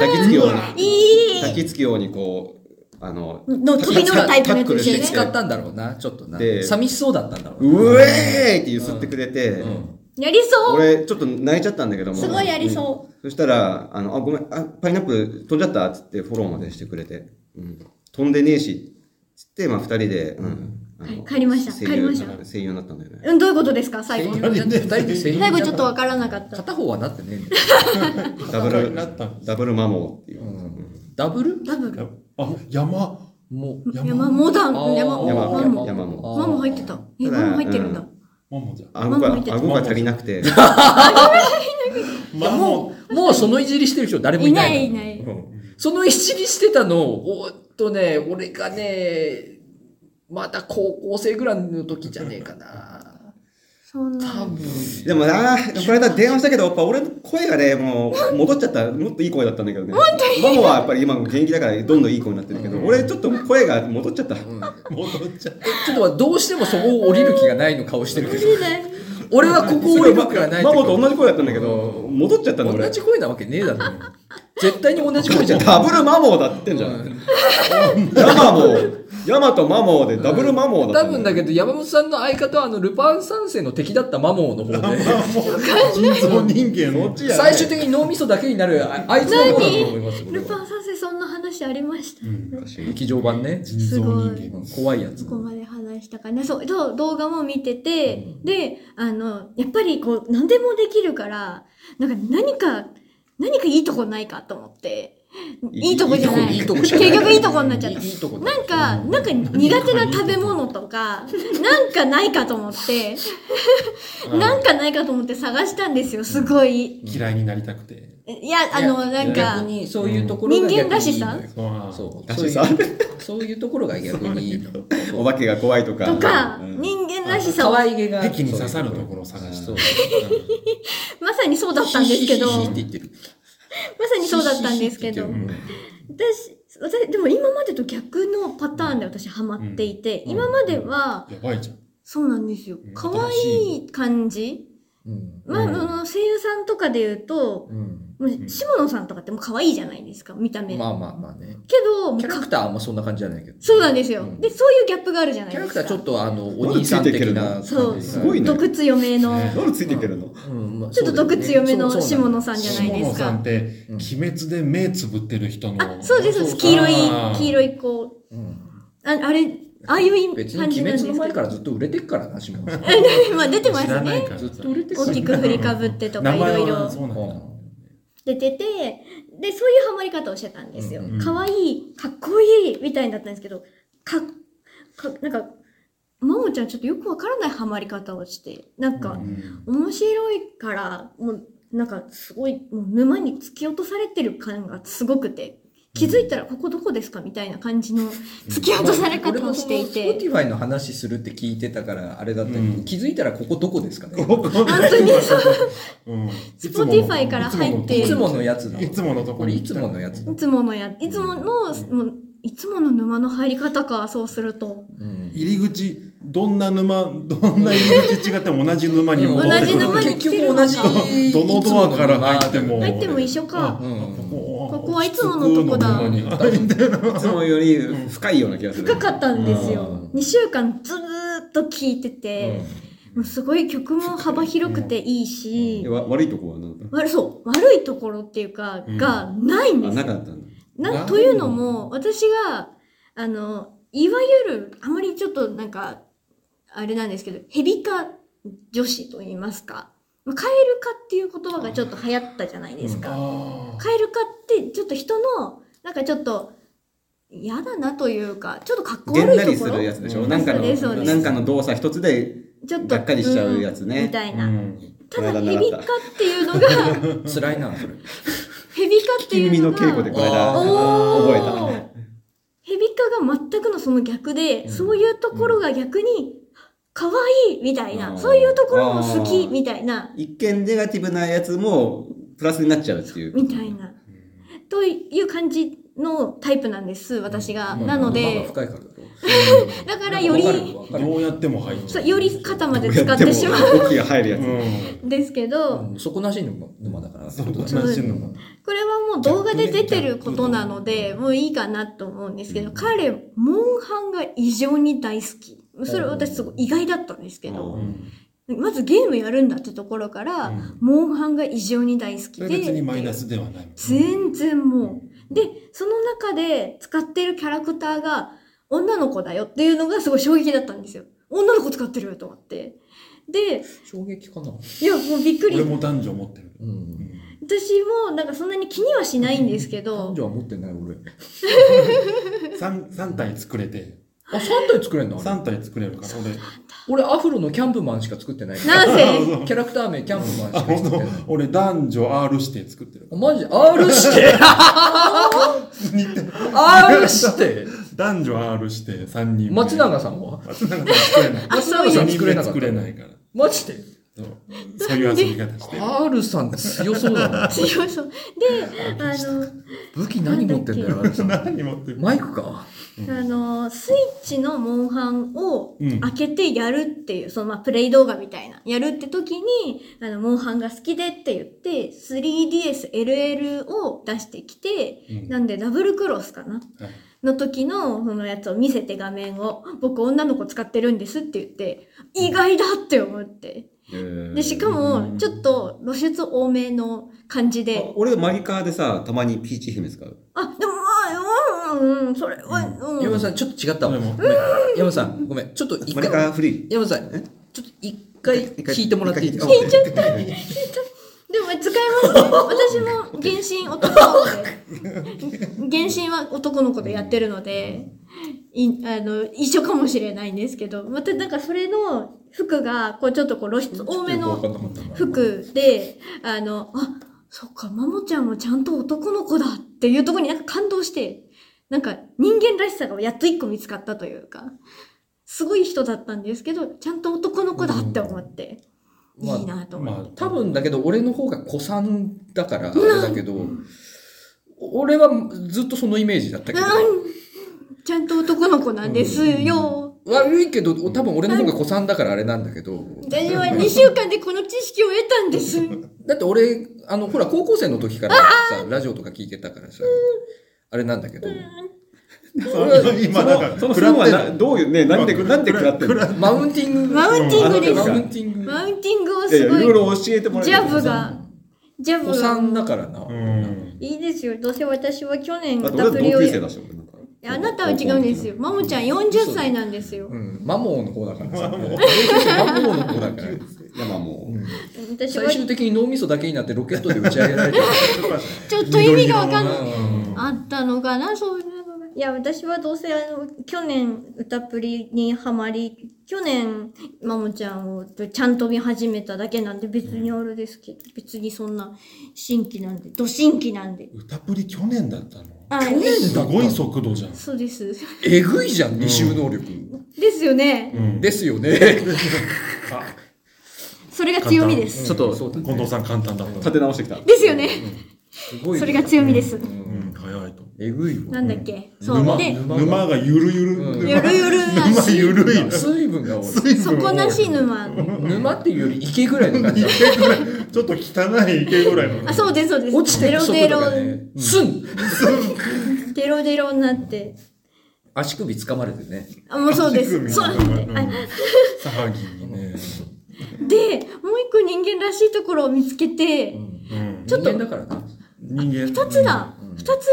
S2: 抱きつくよう
S1: い
S2: に、
S1: い。
S2: 抱きつくようにこう、あの、
S1: の飛び乗るタイプのやつですよ
S2: タックルしてき
S1: ね。
S4: 使ったんだろうなちょっとな
S2: で
S4: 寂しそうだったんだろうな
S2: うえーいって揺すってくれて、
S1: やりそう。
S2: 俺、ちょっと泣いちゃったんだけども。。
S1: すごいやりそう
S2: そしたら、あの、あ、ごめん、あ、パイナップル飛んじゃったっつってフォローまでしてくれて。うん。飛んでねえし、つって、まあ、二人で、うん。あの
S1: 帰りました
S2: 声優
S1: 帰りました
S2: 声優になったんだよね。
S1: うん、どういうことですか最後。
S4: 声優になって二人で声優にな
S1: 最後
S4: た
S1: ちょっとわからなかった。
S4: 片方はなってねえんだよ
S2: ダブ
S3: なったん
S2: ル、
S3: で
S2: ダブルマモーっていうう。
S4: んダブル
S1: ダブル。
S3: やあ、山。
S4: もう
S1: 山モダン。山、
S2: 山
S1: マン
S2: 山
S1: も。
S2: も
S1: マンも入ってた。え、
S2: ただ
S1: マンも入ってるんだ。
S3: マモじゃん。
S2: 顎が、
S1: マモーって
S2: 顎が足りなくて。
S4: いやもう、もうそのいじりしてる人誰もい
S1: い
S4: な。
S1: ないいいない。
S4: うんそのいじりしてたのを、おーっとね、俺がね、まだ高校生ぐらいの時じゃねえかな。
S1: そん
S4: 多
S1: な。
S4: 分。
S2: でもな、この間電話したけど、やっぱ俺の声がね、もう戻っちゃった。もっといい声だったんだけどね。マモはやっぱり今も現役だからどんどんいい声になってるけど、俺ちょっと声が戻っちゃった。
S4: うん
S3: 戻っちゃっ
S4: ちょっとどうしてもそこを降りる気がないの顔してる けど。
S1: いない。
S4: 俺はここを降りる気がない
S2: マモと同じ声だったんだけど、
S4: う
S2: 戻っちゃったの俺。
S4: 同じ声なわけねえだろ。絶対に同じ声 じゃん。
S2: ダブルマモーだってんじゃん。
S4: うん
S2: ヤマモー。ヤマとマモーでダブルマモーだ
S4: 多
S2: ったん
S4: 分だけど山本さんの相方はあのルパン三世の敵だったマモーの方で
S3: た。もう、人造人間の。
S4: 最終的に脳みそだけになるああいつの方だと思います
S1: ルパン三世そんな話ありました。
S3: うん
S4: 劇場版ね
S3: 人造
S1: す
S3: 人
S4: う
S3: 間
S4: ん。怖いやつ
S1: そこまで話したかな。そう、そう動画も見てて、で、あの、やっぱりこう、何でもできるから、なんか何か、何かいいとこないかと思って。いいとこじゃない。
S4: いい
S1: 結
S4: とこじゃない
S1: 局いいとこになっちゃった
S4: い。いとこだ
S1: なんか、なんか苦手な食べ物とか、なんかないかと思って、なんかないかと思って探したんですよ、すごい。
S3: 嫌いになりたくて。
S1: いや、あの、
S4: い
S1: な
S4: や
S1: んか
S4: 逆、にそういうところが逆に
S1: 人間らしさ
S4: いいのよ
S3: そう
S4: そう
S2: ら
S4: そう
S2: し
S4: い
S2: さ
S4: うそういうところが逆にいいの
S2: お化けが怖いとか。
S1: とか
S2: う、ん
S1: 人間らしさ
S4: 可
S1: を、
S4: 愛げが
S3: 敵に刺さるところを探して
S4: そう。
S1: まさにそうだったんですけど、
S4: ヒ
S1: ま
S4: ヒヒヒって言ってる
S1: さにそうだったんですけど、
S4: ヒヒヒヒって言ってる
S1: 私、私、でも今までと逆のパターンで私ハマっていて、
S3: うん
S1: 今までは、
S3: やばいじゃん。
S1: そうなんですよ
S3: うん。
S1: 可愛い感じ
S4: うん
S1: まあ、
S3: うん
S1: あの声優さんとかで言うと、
S4: うん
S1: もう下野さんとかってもう可愛いじゃないですか、見た目。
S4: まあまあまあね
S1: けど、もう
S4: キャラ
S1: か
S4: クターはあんまそんな感じじゃないけど
S1: そうなんですよ、
S4: うん
S1: で、そういうギャップがあるじゃない
S4: キャ
S1: で
S4: ラ
S1: す
S4: ク
S1: か。
S4: ターちょっとあのお兄さん的な
S1: そ
S4: 感
S1: う、
S4: じ
S2: すごいね
S1: 毒強めの、
S3: ね
S2: 何ついていけるの
S4: うんまあ
S1: ちょっと毒強めの
S4: そうだよね
S1: 下野さんじゃないですか
S3: 下野さんって、
S4: うん
S3: 鬼滅で目つぶってる人の。
S1: あ、そうです、そうです黄色い、黄色い子。
S4: うん
S1: ああれ、ああいう
S4: 別
S1: 感
S4: に
S1: じ
S4: 鬼
S1: なんですけ
S4: 滅の
S1: ど。
S4: 前からずっと売れてっからな、下野さん。
S1: まあ出てます
S3: 知らない
S1: ね。
S3: から
S4: ずっと売れてっか
S1: 大
S4: ら。
S1: きく振りかぶってとか、い
S3: 名前は
S1: ろいろ
S3: そうなんだ
S1: 出てて、で、そういうハマり方をしてたんですよ
S4: うん
S3: う。ん
S1: 可愛、いかっこいいみたいだったんですけど、か、か、なんか、ももちゃんちょっとよくわからないハマり方をして、なんか、
S3: うん
S1: 面白いから、もう、なんかすごい、もう沼に突き落とされてる感がすごくて、気づいたらここどこですかみたいな感じの突き落とされ方をしてい
S4: 俺も
S1: て、
S4: その Spotify の話するって聞いてたから、あれだったけど、
S3: うん
S4: 気づいたらここどこですかね。
S3: 本
S1: 本当にそう、
S3: うん。
S1: Spotify から入って
S4: いつものやつだ。
S3: いつものとこ
S4: これいつものやつだ
S1: い。つものや、いつもの、もういつもの沼の入り方か、そうすると。
S4: うん
S3: 入り口、どんな沼、どんな入り口違っても同じ沼に戻って
S1: 同
S3: く
S1: じ
S3: る。
S1: 沼に
S4: 結局同じ。
S3: どのドアから入っても。
S1: 入っても一緒か。
S4: うん。
S1: ここはいつものとこだ
S3: 普通の沼に
S2: いつもより深いような気がする。
S1: 深かったんです
S4: うん
S1: よ。2週間ずーっと聴いてて、もうすごい曲も幅広くていいし
S2: え、わ悪いとこは何だっ
S1: 悪そう、悪いところっていうか、
S3: うん
S1: がないん
S2: たあ、
S1: です
S2: な
S1: よ
S2: かったんだ。
S1: な
S3: なん
S1: というのも私があのいわゆるあまりちょっとなんかあれなんですけどヘビ化女子と言いますかまあカエル化っていう言葉がちょっと流行ったじゃないですか、
S3: あ
S1: カエル化ってちょっと人のなんかちょっと嫌だなというかちょっとかっこ
S2: げ
S1: 悪
S2: んないり
S1: と
S2: す
S1: ころ
S2: るやつでし
S3: う
S2: ょ。
S3: ん
S2: なんかの、
S1: そうですそうです
S2: なんかの動作一つで、
S1: ちょっと
S2: がっかりしちゃうやつ
S1: ん
S2: ね
S1: みたい
S3: ー
S1: な、
S3: うん
S1: ただ
S2: この間
S1: ヘビ
S2: 習
S1: 化
S2: った
S1: っていうのが
S4: 辛いな、それ。
S1: ヘビ化って
S2: 月
S1: いう
S2: 耳
S1: の
S2: の
S1: が
S2: 稽古でこの間
S1: おー
S2: 覚え
S1: ヘビ科が全くのその逆で、
S4: うん
S1: そういうところが逆に、可愛いみたいな、
S2: あー
S1: そういうところも好き
S2: あー
S1: みたいな
S2: た。、一見ネガティブなやつも、プラスになっちゃうっていう。
S1: みたいな。という感じのタイプなんです、私が。なの
S4: まあ
S1: で、
S4: 深いからだろ
S1: だからより、
S4: わかる
S3: どうやっても入っち
S1: そ
S3: ゃう。
S1: うより肩まで
S2: や
S1: 使
S2: っ
S1: ってて
S2: も、
S1: しま
S2: 動きが入るやつ。
S3: う
S1: うんですけど、
S4: うん底なし沼沼だから。
S3: ん。同じの。
S1: これはもう動画で出てることなので、もういいかなと思うんですけど、彼、モンハンが異常に大好き。それ私すごい意外だったんですけど、
S3: うん
S1: まずゲームやるんだってところから、
S3: うん
S1: モンハンが異常に大好き
S3: それ
S1: で
S3: 別にマイナスではない。
S1: 全然もうでその中で使ってるキャラクターが女の子だよっていうのがすごい衝撃だったんですよ。女の子使ってると思って。で、
S4: 衝撃かな。
S1: いや、もうびっくり。
S3: 俺
S1: 私
S3: も男女持ってる。
S4: うん。
S1: もなんかそんなに気にはしないんですけど
S4: 男、女は持ってない俺。
S3: 三三体作れて、
S4: あ、三体作れんのあれ
S3: 三体作れるから、俺。
S4: 俺アフロのキャンプマンしか作ってないから。
S1: なん せ、
S4: キャラクター名キャンプマンし
S3: あ、
S4: か
S3: 本
S4: 作ってない。
S3: 当。俺男女 R 指定作ってる。
S4: マジ ?R して
S3: 似てる
S4: !R して
S3: 男女 R 指定三人。
S4: 松永さんは
S3: 松永さん作れない。
S1: あ
S4: 松
S1: そうい
S4: 永
S1: う
S4: さ
S3: 三
S4: ん
S3: 人
S4: 作れ
S3: 目
S4: なかっ
S3: 作
S4: た
S3: れ。ないから。
S4: マジで
S3: そうそういう遊び方してる。
S4: ?R さん強そう だな。
S1: 強そう。で、あの、
S4: 武器何持ってんだよ、R さん。
S3: 何持ってる
S4: マイクか
S1: あのスイッチのモンハンを
S3: うん
S1: 開けてやるっていう、そのまあプレイ動画みたいな、やるって時に、あの、モンハンが好きでって言って、3DSLL を出してきて、
S3: うん
S1: なんでダブルクロスかな
S3: はい
S1: の時の、そのやつを見せて画面を、僕女の子使ってるんですって言って、意外だって思って。で、しかも、ちょっと露出多めの感じで、
S2: 俺マギカーでさ、たまにピーチ姫使う。
S1: あ、でも、まあ、うん、うん、それは、うん。
S4: 山本さん、ちょっと違った
S3: で
S4: わ。
S3: も
S4: ごめん山本さん、ごめん。ちょっと一
S2: マギ
S4: 回、
S2: カーフリ
S4: 山本さん、ちょっと一回聞いてもらっていいですか
S2: 一回聞いて
S1: でも使いますね。私も原神男なので、原神は男の子でやってるので、いあの一緒かもしれないんですけど、またなんかそれの服がこうちょっとこう露出多めの服で、あの、あ、そっか、マモちゃんもちゃんと男の子だっていうところになんか感動して、なんか人間らしさがやっと一個見つかったというか、すごい人だったんですけど、ちゃんと男の子だって思って、
S4: まあ
S1: いいなと思って。
S3: まあ、
S4: 多分だけど俺の方が子さんだからあれだけど、俺はずっとそのイメージだったけど、
S1: うんちゃんと男の子なんですよ。
S4: 悪いけど多分俺の方が子さんだからあれなんだけど、
S1: 私は2週間でこの知識を得たんです。
S4: だって俺あのほら高校生の時からさラジオとか聞いてたからさ、あれなんだけど、
S3: そう今なんか、
S2: そ
S3: 食
S2: のス
S3: ら
S2: ノー
S3: っ
S2: は
S3: てん
S2: などういう、ね、なんで、なんで食らってんのい
S4: マウンティング
S1: マウンティングで
S4: マ
S1: す。
S4: ウンティング
S1: マウンティングを
S2: やいや、
S1: す
S2: い
S1: ご
S2: ろい
S1: い。
S2: ろ教えてもらえ
S1: ジ
S2: る
S1: ャブが、ジャブ
S4: 子さんだ
S1: が。
S4: からな、
S3: うん。
S1: いいですよ。どうせ私は去年オ
S2: だって俺
S1: タ
S2: は同
S1: クリを
S2: 級生
S1: や。
S2: だし、俺なんか。
S1: あなたは違うんですよ。マモちゃん40歳なんですよ
S4: う。ん、マモーの方だからさマモーの 方だから
S2: 山も、
S1: 私は
S4: 最終的に脳みそだけになってロケットで打ち上げら れてる
S1: ちょっと意味がわかんない。
S4: うん
S1: あったのかなそういうのが。いや、私はどうせあの、去年歌プリにハマり、去年、マモちゃんをちゃんと見始めただけなんで別にあれですけど、別にそんな新規なんで、ど新規なんで。
S3: 歌プリ去年だったの
S1: あ、
S3: すごい速度じゃん。
S1: そうです。
S4: えぐいじゃん、二重能力。
S1: ですよね。
S3: うん
S4: です よね。
S1: それが強みです。
S4: ちょっと、そうだ
S3: 近藤さん簡単だった
S2: 立。て直してきた。
S1: ですよね。
S4: すごい。
S1: それが強みです。
S3: うん、早いと。
S4: えぐい
S1: な
S4: わ。
S1: んだっけそう。
S3: 沼、
S1: で、
S3: 沼がゆるゆる。
S4: うん
S3: 沼
S1: ゆるゆるな
S3: 沼ゆるい。
S4: 水分が多い。
S1: 底なし沼。
S4: 沼っていうより池ぐらいの感じ だ。
S3: 池ぐらい、ちょっと汚い池ぐらいの。
S1: あ、そうです、そうです。
S4: 落ちてる速
S1: デ
S4: 度
S1: ロ
S4: が
S1: デロ
S4: ね、すん、
S1: デロデロになって。
S4: 足首掴まれてね。
S1: あ、もうそうです。
S3: 足首
S1: そうなんで。あ
S3: 騒ぎにね。
S1: で、もう一個人間らしいところを見つけて、
S3: うん。
S1: ちょっと
S4: 人間だからな。
S3: 人間。
S1: 二つだ
S4: うん
S1: 二つ、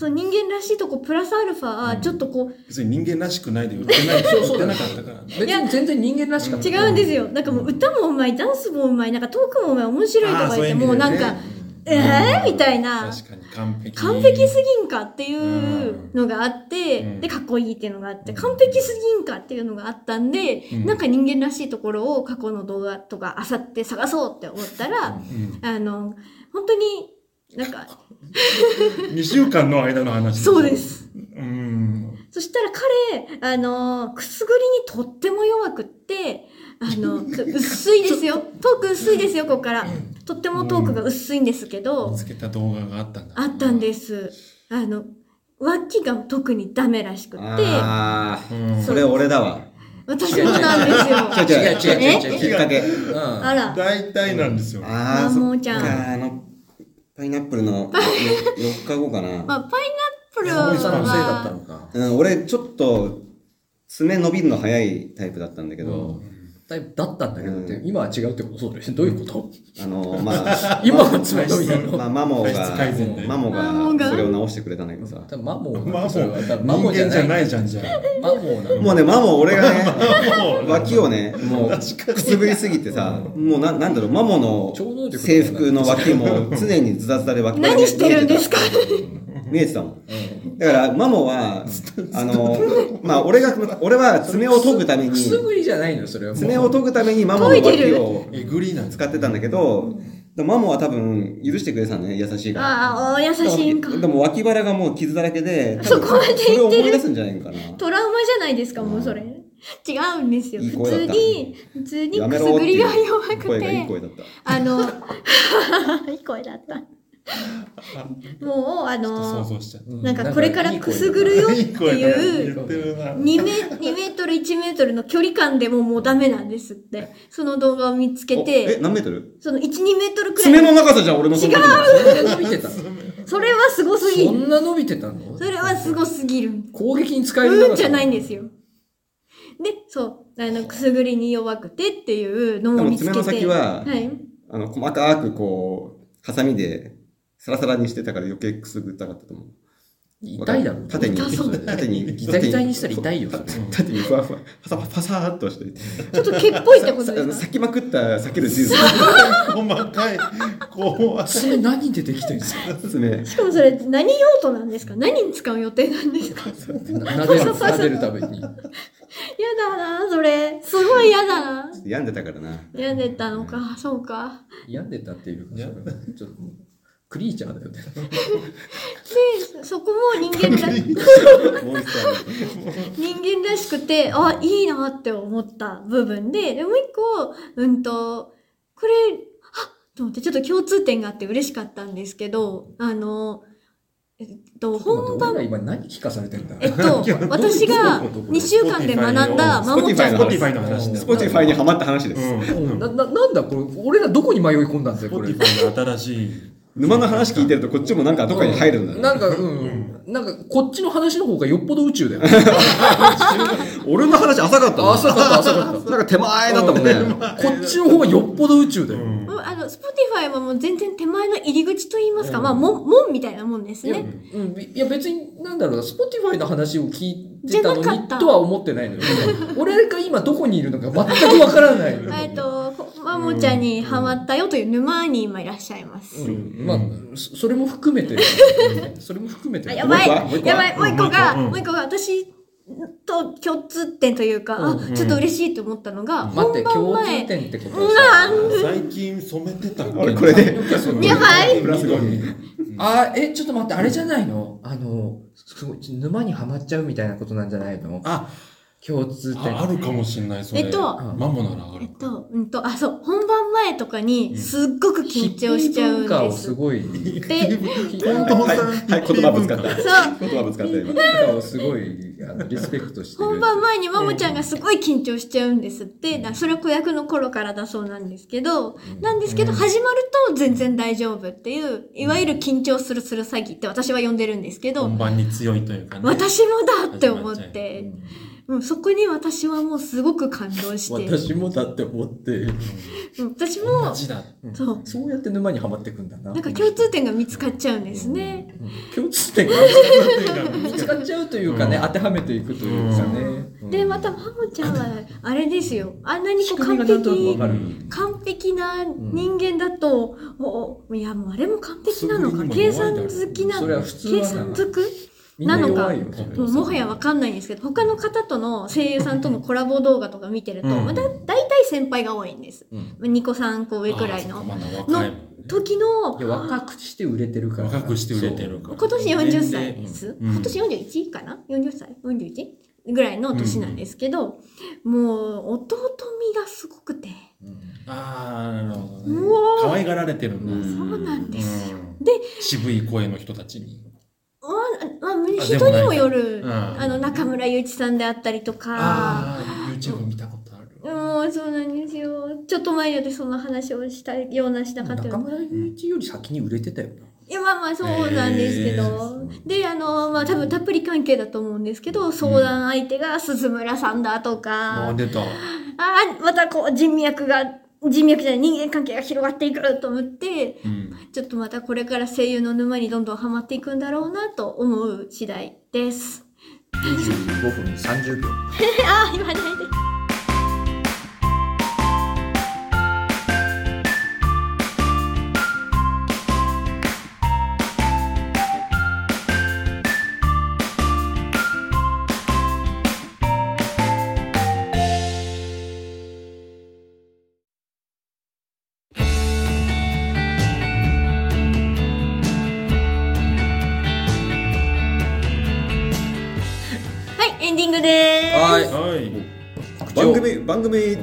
S1: その人間らしいとこプラスアルファ、ちょっとこ
S3: 別に人間らしくないで売ってない。
S4: そうそう
S3: 売ってなかったからね。
S4: 別に全然人間らしかっ
S1: う、
S4: た。
S1: 違うんですよ。なんかもう歌もうまい、ダンスもうまい、なんかトークもうまい、面白いとか言って、
S3: あーそういう意
S1: もう
S3: 味だ
S1: な
S3: よ
S1: ん
S3: ね
S1: か、えーみたいな、
S3: 確かに完璧。
S1: 完璧すぎんかっていうのがあって、
S3: うん
S1: で、かっこいいっていうのがあって、完璧すぎんかっていうのがあったんで、
S3: うん
S1: なんか人間らしいところを過去の動画とかあさって探そうって思ったら、
S3: うん。
S1: あの、本当に、なんか、
S3: 2週間の間の話。
S1: そうで。す。
S3: うん。
S1: そしたら彼、あのーくすぐりにとっても弱くって、あ の、薄いですよ。トーク薄いですよ、ここから。とってもトークが薄いんですけど
S3: 見、つけた動画があったんだ。
S1: あったんです。あの、脇が特にダメらしくって、
S2: あ
S3: う
S2: あ、
S3: ん。
S2: それ俺だわ。
S1: 私もなんです
S2: 違う
S1: よ。
S2: 違う
S4: 違う違う違う
S2: きっかけ。
S4: うん。
S1: あら、
S3: 大体なんですよ。
S2: ああ、
S1: マ
S2: そ
S1: モ
S2: っ
S1: ちゃん
S2: か、あの、パイナップルの4日後か
S1: まあ、
S2: な。
S1: パイナ
S4: お
S1: ッ
S4: じ
S1: プ
S4: さ
S1: ル
S4: んのせいだったの
S1: は、
S4: か。
S2: うん、俺、ちょっと、爪伸びるの早いタイプだったんだけど、
S4: タイプだったんだけどって、今は違うってことそうだよね。どういうこと、
S2: あの、まあ
S4: 今はつらいのみたいな
S2: まあ、マモ
S3: 体質
S2: が
S3: 改善だ、よ
S2: マモ
S1: マモが
S2: が、それを直してくれたんだけどさ。
S4: 多分マモー
S3: マモ
S4: それは多分マ
S3: 人
S4: モーじ
S3: 間じ
S4: ゃな
S3: ゃ
S4: い。
S3: ないじゃんじゃん。
S4: マモーなの。
S2: もうね、マモ、俺がね、
S3: もう
S2: 脇をね、もう、くすぐりすぎてさ、もうな、なんだろう、マモ
S4: 超能
S2: の
S4: 力
S2: 制服の脇も常にズタズタ で脇がね
S1: 何してるんですか
S2: 見えてたもん。だから、マ モは、あの、まあ、俺が、俺は爪を研ぐため
S4: く
S2: に、
S4: すぐりじゃないのよ、それは。
S2: 爪を
S4: もう
S2: 研ぐためにマモの
S1: 研いで
S2: 脇
S1: る
S2: を
S3: えぐりなんです
S2: 使
S3: か
S2: ってたんだけど、でもマモは多分許してくれてたんだね、優しいから。
S1: ああ、お優しいんか。
S2: でも脇腹がもう傷だらけで、
S1: そこまで言ってる
S2: それを思い出すんじゃないかな。
S1: トラウマじゃないですか、もうそれ。違うんですよ。
S2: いい
S1: 普
S2: 声だ
S1: 通
S2: った
S1: に、普通に
S2: や
S1: く
S2: め
S1: す
S2: ろっ
S1: ぐ
S2: て
S1: り
S2: い
S1: が
S2: う
S1: 弱く
S2: 声がいい
S1: て、
S2: 声だった。
S1: あの、いい声だった。もう、あ
S3: 想
S1: の、
S3: 像しちゃった。
S4: う
S1: なんかこれからくすぐるよって
S3: いい声だ
S1: いう
S3: 言ってるな。
S1: 2メ ,2 メートル1メートルの距離感でももうダメなんですって。その動画を見つけ
S2: おえ、
S1: て、
S2: 何メートル
S1: その1、2メートルくら
S2: 爪
S1: い
S2: の
S1: の。
S2: 長さじゃん、俺のその時の
S4: そんな伸びてたの
S1: それはすごすぎ
S4: そ
S1: る。
S4: んな伸びてたの
S1: それはすごすぎる。
S4: 攻撃に使える
S1: うんじゃないん
S4: だ。
S1: ですよ。で、そう、あの、くすぐりに弱くてっていうの
S2: で
S1: を
S2: も
S1: 見つけ
S2: 爪
S1: て。
S2: の先は、
S1: はい。
S2: あの、細かくこう、ハサミで、サラサラにしてたから余計くすぐったかったと思う。
S4: 痛いだろ。
S2: 縦に、
S1: 痛そう
S2: 縦に、
S4: ギザギザにしたら痛いよ
S2: 縦に縦にふわふわ、パサパサパサーっとして、
S1: ちょっと毛っぽいってこと
S2: さ
S1: で
S2: あの
S1: すか
S2: 裂きまくった、裂けるジュ
S3: 細かい。こう、
S4: 爪何でできてるんですか
S2: ース。爪。
S1: しかもそれ何用途なんですか何に使う予定なんです かや
S4: な撫でる、撫でるために。
S1: だな、それ。すごい嫌だな。
S2: 病んでたからな。
S1: 病んでたのか、そうか。
S4: 病んでたっていうか、それはちょっと、クリーチャーだよね。
S1: で、そこも人間ら
S2: モンスターで
S1: 人間らしくて、あ、いいなって思った部分で、でもう一個、うんと、これ、あと思って、ちょっと共通点があって嬉しかったんですけど、あの、えっと、本番、
S4: 俺ら今何聞かされてんだ
S1: えっと、私が
S4: どこどこ
S1: 2週間で学んだマモちゃん
S2: Spotify
S3: ス
S2: の
S1: の
S3: ポティファイの話だ
S2: スポティファイにはまった話です。
S3: うん。
S4: な、な、なんだこれ、俺らどこに迷い込んだんです
S3: ス
S4: よ、こ
S3: ポティ。
S4: れ
S3: ファイの新しい。
S2: 沼の話聞いてるとこっちもなんかどっかに入るんだね。
S4: なんか、うん。なんか、こっちの話の方がよっぽど宇 宙だよ。浅
S2: 俺の話浅か
S4: か
S2: ったな。
S4: った、浅かっ
S2: なんか手前だったもんね。
S4: た。こっちの方がよっぽど宇宙だよ。
S3: うん
S1: もうあの、スポティファイはもう全然手前の入り口といいますか、まあ、門、門みたいなもんです
S4: いや、
S1: ね。
S4: うん、いや別に、なんだろうな、Spotify の話を聞いてたの
S1: じゃなか
S4: に
S1: った
S4: とは思ってないのよ。俺が今どこにいるのか全くわからない。
S1: えっと、こマモちゃんにハマったよという沼に今いらっしゃいます。
S4: うん、まあ、そそれも含めて、それも含めて。
S1: あやばい
S2: もう一個
S1: やばいも
S3: も
S1: う
S3: う
S1: 一
S3: 一
S1: 個
S3: 個
S1: が、
S3: うん
S1: もう一個が私と共通点というか、あ
S4: う
S1: ちょっと嬉しいと思ったのが、
S4: 待っ
S1: 本
S4: て、
S1: 番
S4: 共
S1: 前
S4: 通点ってこと
S1: う
S3: 最近染めてたっけ
S2: 俺これで。
S1: やばい
S2: プラス
S3: 緑
S4: あー、え、ちょっと待って、あれじゃないのあの、すごい、沼にはまっちゃうみたいなことなんじゃないの
S3: あ、
S4: 共通点。
S3: ああるかもしれない、それ。
S1: えっと
S3: マモならあ
S1: え
S3: る
S1: っ。と、うんと、あ、そう、本番前とかに、すっごく緊張しちゃうん
S4: ヒッピー文化
S1: で
S4: を
S1: す。
S4: すごい、
S1: で、
S3: 本当
S2: はい、はい、言葉ぶつかった。
S1: そう、
S2: 言葉ぶつかった今。
S4: 文化をすごい、あの、リスペクトしてる。
S1: 本番前にマモちゃんがすごい緊張しちゃうんですって、だそれは子役の頃からだそうなんですけど、なんですけど、始まると全然大丈夫っていう、いわゆる緊張するする詐欺って私は呼んでるんですけど
S3: 本、番に強いというかね。
S1: 私もだって思っ
S3: 始まっちゃ
S1: て、うん、そこに私はもうすごく感動して、
S4: 私もだって思って、
S1: うん私
S3: 同
S1: も、
S3: じだ。
S1: そう、
S4: そうやって沼にはまってくんだな。
S1: なんか共通点が見つかっちゃうんですね。
S4: 共通点が見つかっちゃうというかね、
S3: うん
S4: 当てはめていくというかね。うん
S1: で、また、マモちゃんは、あれですよ、あんなにこ
S4: 仕
S1: う
S4: 組みが
S1: 完
S4: なんとなく
S1: 璧
S4: わかる。
S1: 完璧な人間だと、おおいやもうあれも完璧なのか
S3: それにも
S1: 計算好きな
S4: それは普通は
S1: 計
S4: な
S1: 算づく
S4: みんな弱いよ
S1: な。
S4: それ
S1: もうもはやわかんないんですけど他の方との声優さんとのコラボ動画とか見てると、
S3: うん
S1: まあ、だ大体先輩が多いんです、
S4: うん
S1: ニコさんこう上くらい
S3: あ
S1: の
S3: まだ
S1: の
S3: 若いもんね
S1: 時の
S4: いや若くして売れてるから
S3: 若くして売れてるから。
S1: 今年40歳
S3: 年
S1: です、
S3: うん
S1: 今年41かな40歳 41? ぐらいの年なんですけど、もう弟みがすごくて
S3: 齢ああ、なるほどね
S1: うわ。ー
S3: 可愛がられてるんだ。
S2: うん
S1: そうなんですよ、
S3: うん
S1: で
S3: 渋い声の人たちに。
S1: まあ、まあ、
S3: あ
S1: 人にもよる、
S3: でもないかうん
S1: あの中村祐一さんであったりとか、
S3: ああ、YouTube 見たことある。
S1: もうそうなんですよ。ちょっと前よりその話をしたようなしなかったよ
S4: 中
S1: うな。
S4: 村雄一より先に売れてたよな。
S1: いやまあまあそうなんですけ
S3: へ
S1: ど、であのまあ多分たっぷり関係だと思うんですけど、相談相手が鈴村さんだとか、
S3: ああ、出た。
S1: ああ、またこう人脈が、人脈じゃない人間関係が広がっていくと思って、
S4: うん
S1: ちょっとまたこれから声優の沼にどんどんハマっていくんだろうなと思う次第です。
S4: 25分30秒
S1: あ、今ないで。はい、エンディングでーす。
S4: はい
S3: はい。
S2: 番組、番組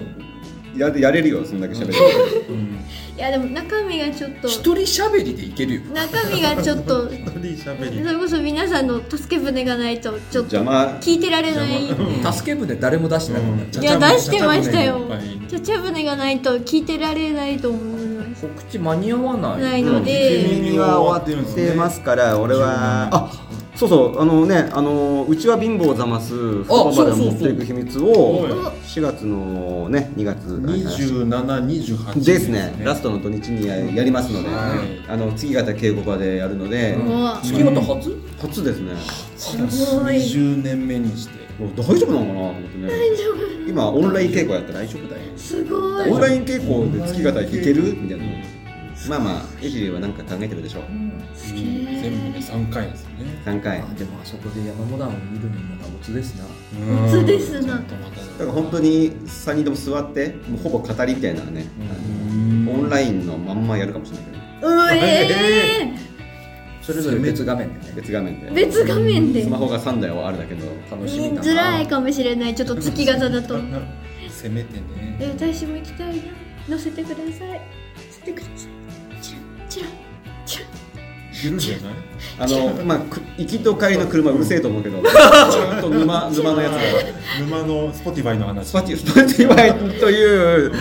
S2: ややれるよ、そんだけ喋れる。
S3: うん
S1: いやでも中身がちょっと
S4: 一人喋りでいけるよ
S1: 中身がちょっと
S3: 一人喋
S1: そ
S3: り。
S1: れこそ皆さんの助け舟がないとちょっと
S2: 邪魔。
S1: 聞いてられない
S4: 助け舟誰も出してなかった、
S1: いや出してましたよ
S3: ち
S1: ちゃ
S3: ゃちゃ舟いっ
S1: ちゃ舟がないと聞いてられないと思います
S4: 告知間に合わない
S1: ないので、
S2: 君は終わってますから、俺は。あ、そうそう、あのね、あの、うちは貧乏ざます。福岡まで持っていく秘密を。
S3: ぱ
S2: 4月のね、2月。
S3: い。二十七、二十八。
S2: ですね、ラストの土日にややりますので、
S4: はい
S2: あの次方稽古場でやるので、
S3: うん
S1: もう
S4: 月本初、
S2: 初ですね、
S1: すご
S3: 二
S1: い
S3: 十年目にして。
S2: もう大丈夫なのかなと思ってね、今、オンライン稽古やって大丈夫だよ、
S1: すご
S2: オン
S1: い
S2: ライン稽古で月方いけるみたいな、まあまあ、エジリーはなんか考えてるでしょう、
S1: すげえ
S5: 全部で三回ですね。
S2: 3回、
S4: あでもあそこで山モダンを見るのもまたオツですな
S5: うん
S1: そうですな
S5: ちょっとまた
S2: だから本当に3人とも座って、もうほぼ語りみたいなね、あのオンラインのまんまやるかもしれないけど、
S1: うえ
S4: それぞれ別画面でね
S2: 別画面で、
S1: ー、別画面で
S2: スマホが3台はあるだけど、
S4: 楽
S1: 見
S4: しみだな
S1: づらいかもしれないちょっと月型だと
S5: せめてね。
S1: え私も行きたいな乗せてください乗せてくださいチラチラチラ
S3: いるんじゃない。
S2: あの、まあ、く行きと帰りの車、うるせえと思うけど、ちゃんと沼沼のやつが。
S3: 沼のスポティファイの話。
S2: スパティ、スパティワイという、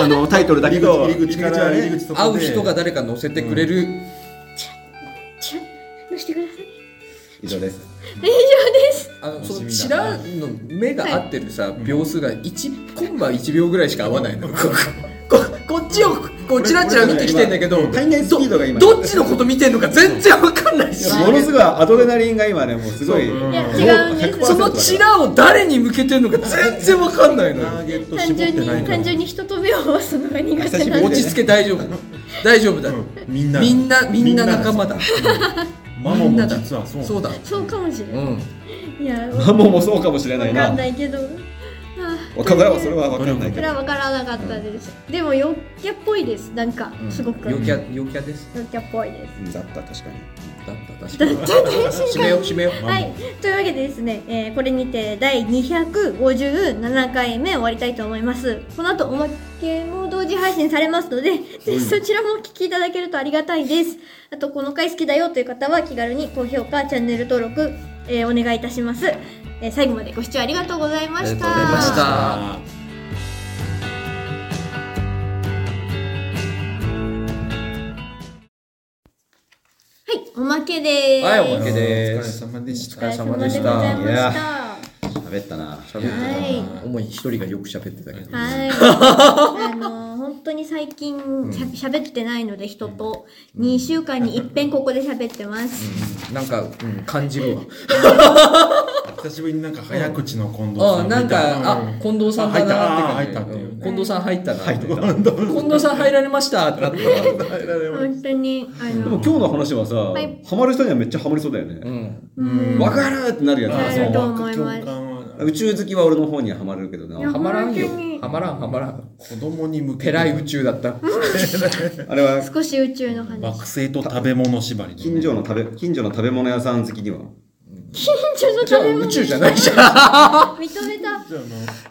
S2: あの、タイトルだけど、
S3: 入り口から入り口そこ
S4: 会
S3: で
S4: う人が誰か乗せてくれる、
S1: チラ乗せてください
S2: 以上です。
S4: あのその
S3: 楽
S4: チ
S3: しみ
S4: ラ
S3: だな
S4: の目が合ってるさ、秒数が1コンマ1秒ぐらいしか合わないの、こここっちをこうチラチラ見てきてんだけど
S2: 今体内スピードが今。
S4: どっちのこと見てんのか全然わかんないし
S2: いやものすごいアドレナリンが今ね、もうすごい。
S3: そう
S1: いや違うんです
S2: 100%
S4: そのチラを誰に向けてんのか全然わかんないの
S3: タ
S4: よ
S3: ーゲット絞
S1: 単
S3: って
S1: 純
S3: ない
S1: に
S3: の
S1: 単純に人と目を合わすのが苦手なん
S4: 落
S1: で
S4: ち着け大丈夫大丈夫だ、
S3: うんみんな
S4: みんなみんな仲間だ
S3: マモ
S4: みん
S3: も
S4: なだ
S3: 実はそう
S4: そうだ
S1: そうかもしれ
S4: う
S1: ない、
S4: ん
S1: いや
S2: マモもそうかもしれな
S1: わ
S2: い
S1: かん
S2: な。
S1: ないけどあ
S2: わかんないわ、それはわかんない
S1: そ
S2: け
S1: れ
S2: ど。
S1: は分からなかったです、でも陽キャっぽいですなんか
S4: うん
S1: すごく、
S4: 陽キャ陽キャです
S1: 陽キャっぽいです
S2: うんだった、確かに。
S4: だった確かに締めよう締めよう
S1: はい、というわけでですね、えーこれにて第257回目終わりたいと思います。この後おまけも同時配信されますので、ぜひそちらもお聞きいただけるとありがたいです。あと、この回好きだよという方は気軽に高評価、チャンネル登録、えーお願いいたします、えー最後までご視聴ありがとうございま
S4: あり
S1: し
S4: が
S1: た。
S4: とうございました
S5: あー
S1: はい、おまけです。
S4: はいおまけで
S5: お
S4: す
S5: 疲れ様でし
S1: お
S5: た。
S1: 疲れ様で
S4: お疲れ様でし
S1: ご
S4: た
S1: ざいま
S2: い
S1: し
S2: や
S1: た。
S2: 喋ったな。
S4: 喋ってたな
S1: は
S4: 主に一人がよく喋ってたけど
S1: はい。あの本当に最近しゃしゃべってないので人と2週間に一遍ここで喋ってます。
S4: なんか、うん、感じるわ
S3: 久しぶりになんか早口の近藤
S4: あ
S3: さ
S4: あ
S3: ん
S4: なんか、あ、近藤さんだなっ
S3: 入
S4: て
S3: ったあー入った
S4: 感
S3: って
S4: じ
S3: いうね
S4: 近藤さん入ったなって近藤さん入られましたってなってた
S3: あれ
S1: 本当にあ
S2: でも
S1: の
S2: 今日の話はさ、
S1: い
S2: ハマる人にはめっちゃハマりそうだよね。
S4: うん
S1: うん
S2: わかるってなるやつ
S1: な
S2: だ
S1: る
S2: ね
S1: と思います
S2: 宇宙好きは俺の方にはハマるけどな。
S4: はまらんよ
S1: 本当に
S4: はまらんはまらん
S3: 子供に向け
S4: ペライ宇
S3: 宙
S4: 宙だった
S2: あれは
S1: 少し宇宙の話。
S3: 惑星と食べ物縛りの
S2: 近所の食べ、近所の食べ物屋さん好きには。
S1: 近所の
S4: じゃ
S1: 食
S4: あ
S1: べ物
S4: 宇宙じゃないじゃん
S1: 認めた。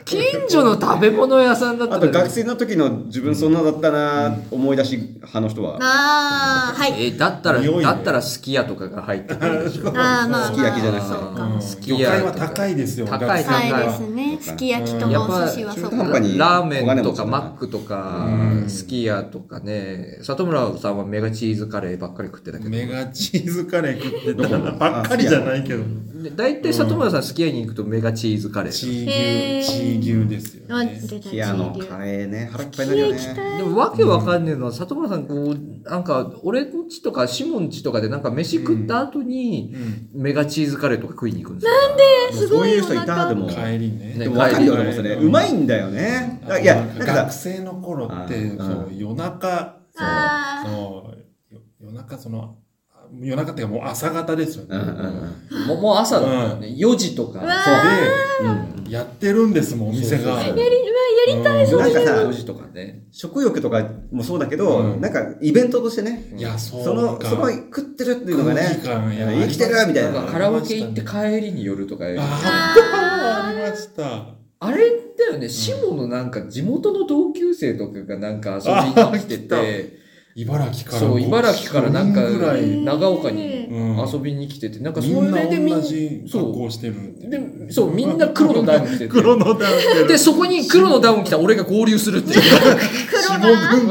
S4: 近所の食べ物屋さんだった
S2: あと学生の時の自分そんなだったな、思い出し派の人は。
S1: あーは
S4: え
S1: い。
S4: ーだったら、
S3: 匂いね
S4: だったらすき家とかが入ってくるでしょ
S1: あーまあまあ
S2: すき焼きじゃない
S1: そうか。
S3: うん
S4: すき
S3: 魚
S4: 家
S3: 介は高いですよ
S4: 高い
S3: 学生
S1: は
S3: はい
S1: ですね。すき焼きと
S3: うん
S4: や
S1: か
S4: っ
S1: お
S4: ぱ
S1: 寿司はそう
S2: 中途半
S1: か。
S2: 端に
S4: ラーメンと
S2: お金持ち
S4: か
S2: だな
S4: マックとかすき家とかね里村さんはメガチーズカレーばっかり食ってたけど
S3: メガチーズカレー食ってたからばっかりじゃないけど
S4: で大体里村さんすき家に行くとメガチーズカレー
S3: チーズ
S1: へね
S5: 地牛ですよ
S1: あ、
S5: ね。
S1: 出た。
S2: 冷やの
S1: 地流
S2: カレーね、腹いっぱいになるよ
S1: 冷え行き
S2: ね。
S1: たい
S4: でもわけわかんねえのは、里村さん、こう、なんか、俺んちとか、シモンちとかで、なんか飯食った後に、
S5: うん
S4: メガチーズカレーとか食いに行くんですよ。なんです
S2: そ
S1: ご
S2: う
S1: い
S2: いう
S1: よ
S2: 人いた、でも。
S5: 帰りね。
S2: でもわかるよ、でもそれ。
S5: 帰
S2: うまいんだよね。だ
S5: あ
S2: いや、
S5: なん
S2: なん
S5: か
S2: かさ
S5: 学、生の頃っ
S2: う
S5: て、
S2: ん
S5: そう夜中、そう
S1: あー
S5: そのよ夜中そのあ夜中っていうかもう朝方ですよね。
S2: うんうんうん
S4: もうもう朝だったよね。4時とか。
S1: うわ
S4: そう
S5: でやってるんですもんお店が。
S4: そうそうそ
S1: や
S4: う
S1: り、うわやりたい。
S5: うん
S2: なんかさ
S4: 4時とかね。
S2: 食欲とかもそうだけど、
S5: うん
S2: なんかイベントとしてね、
S5: いやそう
S2: その、
S5: か
S2: そこ食ってるっていうのが
S5: 空
S2: ね
S5: 気、感や
S2: 生きてるみた
S4: ないん
S2: な
S4: か。カラオケ行って帰りに寄るとか。
S5: あーありました。
S4: あれだよね、シモンのなんか地元の同級生とかがなんか遊びに来て
S5: あ
S4: て、
S5: 茨城から
S4: そう、茨城からなんか
S5: 五人ぐらい
S1: うん
S4: 長岡
S1: う
S4: に
S5: うん
S4: 遊びに来てて、なんかそ
S5: みんな
S4: れでみ
S5: 同
S4: ん
S5: じ格好してるって
S4: で、そう、みんな黒のダウン着てて。
S3: 黒のダウンって
S4: で、そこに黒のダウン着た俺が合流するっていう。
S1: 黒だ。
S3: 下軍団下軍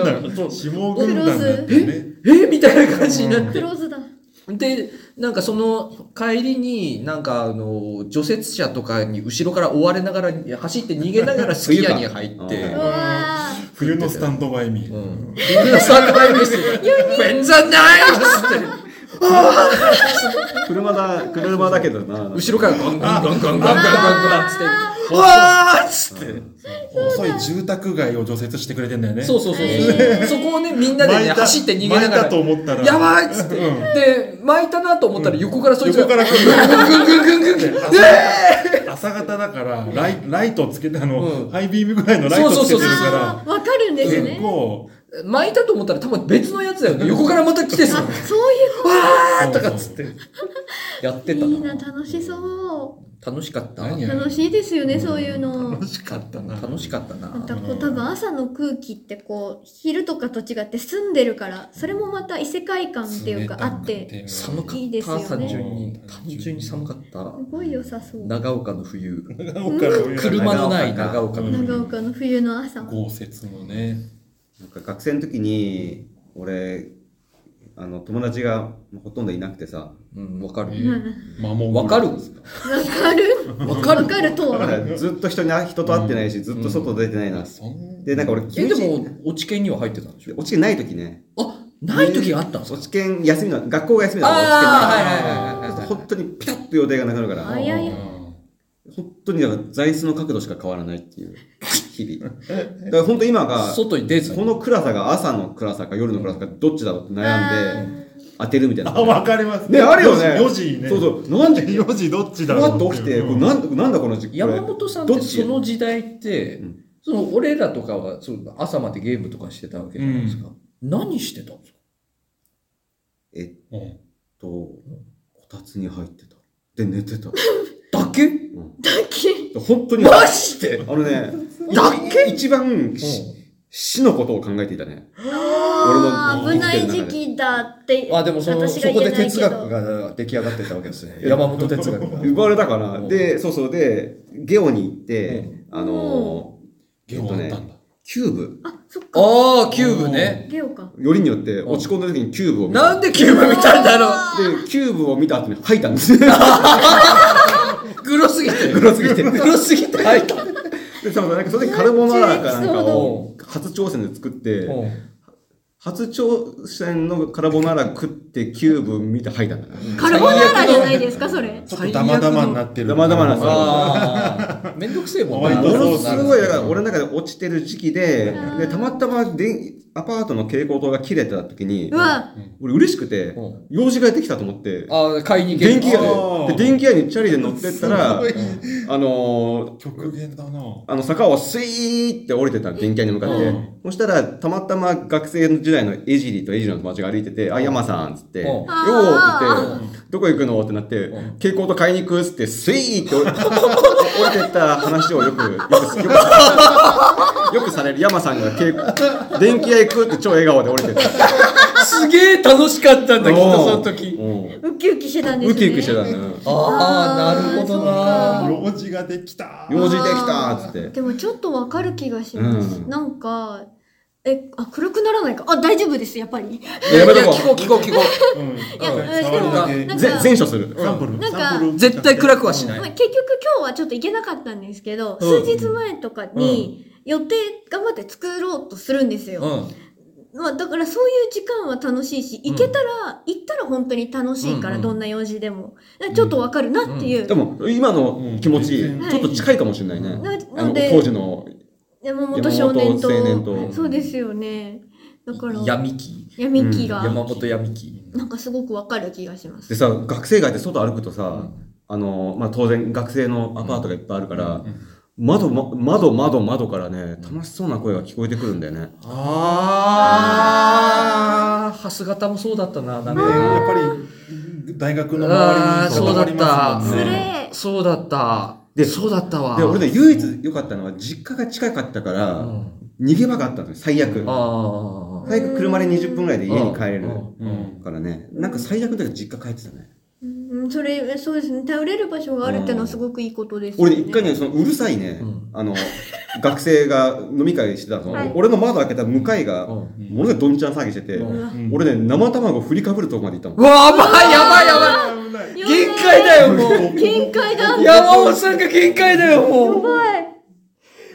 S3: 団だってね
S4: えみたいな感じになって。
S1: 黒酢だ。
S4: で、なんかその帰りに、なんかあの、除雪車とかに後ろから追われながら、走って逃げながらスキヤに入っ
S2: 冬
S4: て
S1: う
S2: か。
S1: わ
S5: 冬のスタンドバイミー、
S4: うん。みんなサードライブしてる。ベンザナイスって。
S2: 車だ、車だけどな。
S4: 後ろからガンガンガンガンガンガンガンガンつって。わーっつって。
S5: 細い住宅街を除雪してくれてんだよね
S4: そうそうそうそう。そこをね、みんなで
S3: 巻
S4: ね、
S3: いた
S4: 走って逃げ
S3: 巻
S4: なが
S3: いた
S4: ら
S3: と。思ったら
S4: やばいっつって。
S5: うん
S4: で、巻いたなと思ったら横からそいつが。
S5: 横から来る
S4: グングングングングングン。
S5: 朝方だからライライトつけてあの、
S4: うん
S5: ハイビームぐらいのライトつけてる
S1: あ
S5: か
S1: ーわかるんで
S5: ら
S1: す
S5: 結
S1: ね。
S5: 構
S4: 巻いたと思ったら多分別のやつだよね。横からまた来てさ。わ
S1: そういうこ
S4: ーっとかっつって。や
S1: と。
S4: ってた
S1: いいな、
S4: な。
S1: 楽しそう。
S4: 楽しかった。
S5: 何や
S1: 楽しいですよね、そういうの。
S5: しかったな
S4: 楽しかったな
S1: ま。たこう多分朝の空気ってこう昼とかと違って澄んでるからそれもまた異世界観っていうかあって
S4: 寒かった。
S1: いいですよね
S4: 単純に、単純に寒かった
S1: す。ごい良さそう
S4: 長岡の冬。
S5: 車
S4: 車のない長岡の
S5: うん
S4: 冬。
S1: 長岡の冬の朝は
S5: 豪雪のね
S2: なんか学生の時に、俺、あの、友達がほとんどいなくてさ、
S4: うん、わかる。
S1: うん
S5: 守
S4: わかる
S1: わかる
S4: わかる
S1: わかると
S2: だから
S1: は
S2: ずっと人に会人と会ってないし、ずっと外出てないな。
S5: そん
S2: で、なんか俺、
S4: え、
S2: 急
S4: で
S2: に
S4: も、落ち券には入ってたんでしょ
S2: 落ちてない時ね、
S4: あ、ない時があったんです
S2: 落
S4: か
S2: ち券休みの、学校が休みだから
S4: あーはいはいはいはいはい
S2: 落ち券本当にピタッと予定がなくなるから、
S1: 早い
S2: 本当にだから座椅子の角度しか変わらないっていう、日々。だから本当今が、
S4: 外に出ずに。
S2: この暗さが朝の暗さか夜の暗さかどっちだろうって悩んで当てるみたいな。
S3: あわかります
S2: ねあるよね
S3: 4時ね
S2: そうそう。なんで、
S3: 4時どっちだ
S2: ふわ
S3: ろ
S2: っ
S3: う
S2: と起きて、これなんだなんだこの時期。これ
S4: 山本さんっ
S2: ど
S4: て
S2: っち
S4: その時代って
S2: うん、
S4: その俺らとかはそう朝までゲームとかしてたわけじゃないですか。何してたんですか
S2: えっと、こたつに入ってた。で、寝てた。
S4: だけ
S1: だけ
S2: 本当に、
S4: マジで
S2: あのね、
S4: だ
S2: け一番し死のことを考えていたね。
S1: あー
S2: 俺の
S1: 危ない
S2: 生きてる
S1: 時
S2: 中で
S1: 期だって
S4: あ、でもその、
S1: 私
S4: そ
S1: が
S4: こ
S1: 言え
S4: で
S1: ない
S4: 哲
S1: け
S4: 学
S1: ど
S4: が出来上がってたわけですね。
S2: いや
S4: 山本哲学が。
S2: 生まれたから。
S4: うん
S2: で、そうそう。で、ゲオに行って、
S4: う
S2: あのー、
S5: ゲームあったんだ
S2: キューブ。
S1: あそっか
S4: ああ、キューブね。
S1: ゲオか
S2: よりによって落ち込んだ時にキューブを見た。
S4: なんでキューブ 見たんだろ
S2: で、キューブを見た後に吐いたんですよ。
S4: うグロすぎて。
S2: 黒すぎて。
S4: グロすぎて入った。
S2: で、そうなんかそれでカルボナーラかなんかを初挑戦で作って、初挑戦のカルボナーラ食ってキューブ見て吐いたんだから。
S1: カルボナーラじゃないですかそれ
S5: ちょっとダマダマになってる
S2: ダマダマなんですよ
S4: ああ、めんどくせえもん
S5: ホワイト
S2: もの
S5: ソー
S2: すごい、だから俺の中で落ちてる時期で、で、たまたまでアパートの蛍光灯が切れてた時に
S1: う、わ
S2: 俺嬉しくて
S4: うん、
S2: 用事ができたと思って、
S4: ああ、買いに行ける
S2: 電気屋
S5: あー
S2: で、で電気屋にチャリで乗ってったら、
S5: すごい
S2: あのー、
S5: 極限だな
S2: あの坂をスイーって降りてた電気屋に向かって、
S5: うん
S2: そしたらたまたま学生時代の江尻と江尻の友達が歩いてて「あ山さん」っつって「
S4: うん
S2: よ
S1: あー
S2: ー」って言って「どこ行くの?」ってなって
S4: うん
S2: 「蛍光灯買いに行く」っつってスイーって降り 降りてった話をよくよくよくよくされる山さんが蛍光電気屋行くって超笑顔で降りてた
S4: すげえ楽しかったんだ、きっとその時。
S2: うん
S1: ウキウキしてたんですね
S2: ウキウキしてたんだよ
S4: ああ、なるほどな。
S5: 用事ができた
S2: 用事できたっつって
S1: でもちょっとわかる気がします、
S2: うん
S1: なんかえ、あ、暗くならないか。あ、大丈夫です、やっぱり。
S4: いや
S2: やめとこう
S4: 聞こう聞こう聞こう
S3: うん。うん
S1: やうん
S3: 触るだけ
S1: でもなんか
S2: ぜ全処する。
S6: サンプル。
S1: なんか
S6: サンプル
S4: 絶対暗くはしない
S1: まあ、結局今日はちょっと行けなかったんですけど、
S4: う
S1: 数
S4: ん
S1: 日前とかに予定頑張って作ろうとするんですよ。
S4: うん
S1: まあ、だからそういう時間は楽しいし、行けたら、行ったら本当に楽しいか
S4: うんう
S1: ら、
S4: ん
S1: どんな用事でも。だからちょっとわかるなっていう。
S2: でも、今の気持ち、
S3: うん
S2: ちょっと近いかもしれないね。
S1: な
S2: あ
S1: な
S2: の
S1: んで
S2: 当時の
S1: 山
S2: 山
S1: 本少年と。
S2: 青年と。
S1: そうですよね。だから、
S4: 闇期
S1: 闇期が、
S4: 山本闇期
S1: なんかすごくわかる気がしま。
S2: ですさ、学生街で外歩くとさ、あの、まあ、当然学生のアパートがいっぱいあるから、窓、ま、窓、窓、窓からね、楽しそうな声が聞こえてくるんだよね。
S4: ああ、はす型もそうだったな、なん
S3: ね
S4: か。
S3: やっぱり、大学の周りに
S4: あーそ
S1: そ
S3: そう
S4: うだった
S3: なりますもんね
S1: れ、
S4: そうだった。
S2: で
S4: そうだったわ。
S2: で、俺ね、唯一良かったのは、実家が近かったか
S4: う
S2: ら、
S4: ん
S2: 逃げ場があったのよ、最悪。
S4: あ
S2: 最悪車で20分ぐらいで家に帰れる
S4: うん
S3: うん
S2: からね、なんか最悪の時は実家帰ってたね。
S1: うん、それ、そうですね。頼れる場所があるっていうのはすごくいいことですよ
S2: 俺
S1: ね。
S2: ね、一回ね、そのうるさいね、
S4: うん
S2: あの、学生が飲み会してたの、
S1: はい
S2: 俺の窓開けた向かいが、
S4: あ。う
S2: も
S4: ん
S2: のすごいどんちゃん騒ぎしてて、
S4: うん
S3: うん
S2: 俺ね、生卵振りかぶるとこまで行ったもん
S4: う。わ、やばい、やばい、やば
S3: 危ない
S4: い。限界だよ、もう。
S1: 限界だ
S4: 山本さんが限界だよ、
S1: や
S4: も
S1: ばい。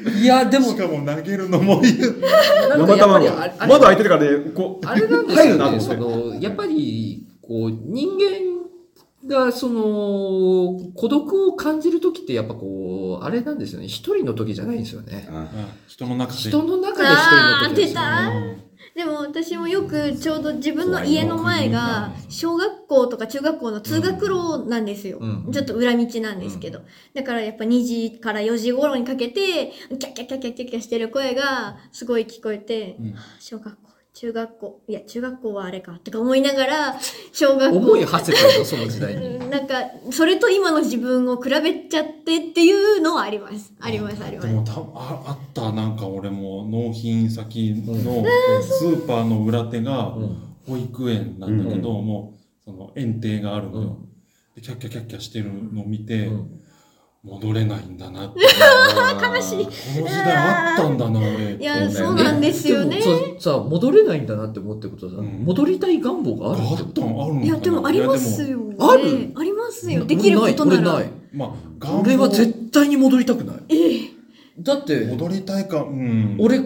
S4: う。いや、でも
S3: し、かも投げるのもいい。
S4: なんかや
S2: 生
S4: っぱり
S2: 卵。
S4: あれ、あれ
S2: 窓開いてるからね、こう、
S4: あれなんです
S2: 入るな
S4: よ
S2: と
S4: ね、
S2: 思って
S4: そ。の、やっぱり、こう、人間が、その、孤独を感じるときって、やっぱこう、あれなんですよね。一人の時じゃないんですよね。
S2: あ
S3: 人の中で。
S4: 人の中で一人の時ですよ
S1: あー出た
S4: ね。
S1: でも私もよくちょうど自分の家の前が小学校とか中学校の通学路なんですよ。
S4: うん
S1: ちょっと裏道なんですけど。だからやっぱ2時から4時頃にかけて、キャッキャッキャッキャッキャッキャしてる声がすごい聞こえて、
S3: うん
S1: 小学校、中学校、いや中学校はあれか、とか思いながら、小学校。
S4: 思いを馳せてるの、その時代に。
S1: うんなんか、それと今の自分を比べちゃってっていうのはあります。あります、ありま。
S3: ですもたああったなんか俺も納品先のスーパーの裏手が
S4: うん
S3: 保育園なんだけど、
S4: う
S3: もうその園庭があるのよ、
S4: う
S3: でキャッキャキャッキャしてるのを見て、
S4: ん
S3: 戻れないんだなって
S1: 悲しい。
S3: この時代あったんだな俺
S1: いや、
S2: そ
S1: そうう
S2: だよね
S1: なんですよね
S4: で。もささ戻れないんだなって思ってことはさ、
S3: うん
S4: 戻りたい願望が
S3: あ
S4: あるって
S3: っ
S4: こ
S3: た
S4: と
S3: んあるのかない
S1: いや、でもあります
S3: いやで
S1: よ、ね。
S4: ある
S1: ありますよ。できることな
S4: 俺
S1: ら
S4: ない。
S3: もまあ願
S4: 俺
S3: 望
S4: ない俺は絶対に戻りたくない
S1: ええ。
S4: だって
S3: 戻りたいかうん
S4: 俺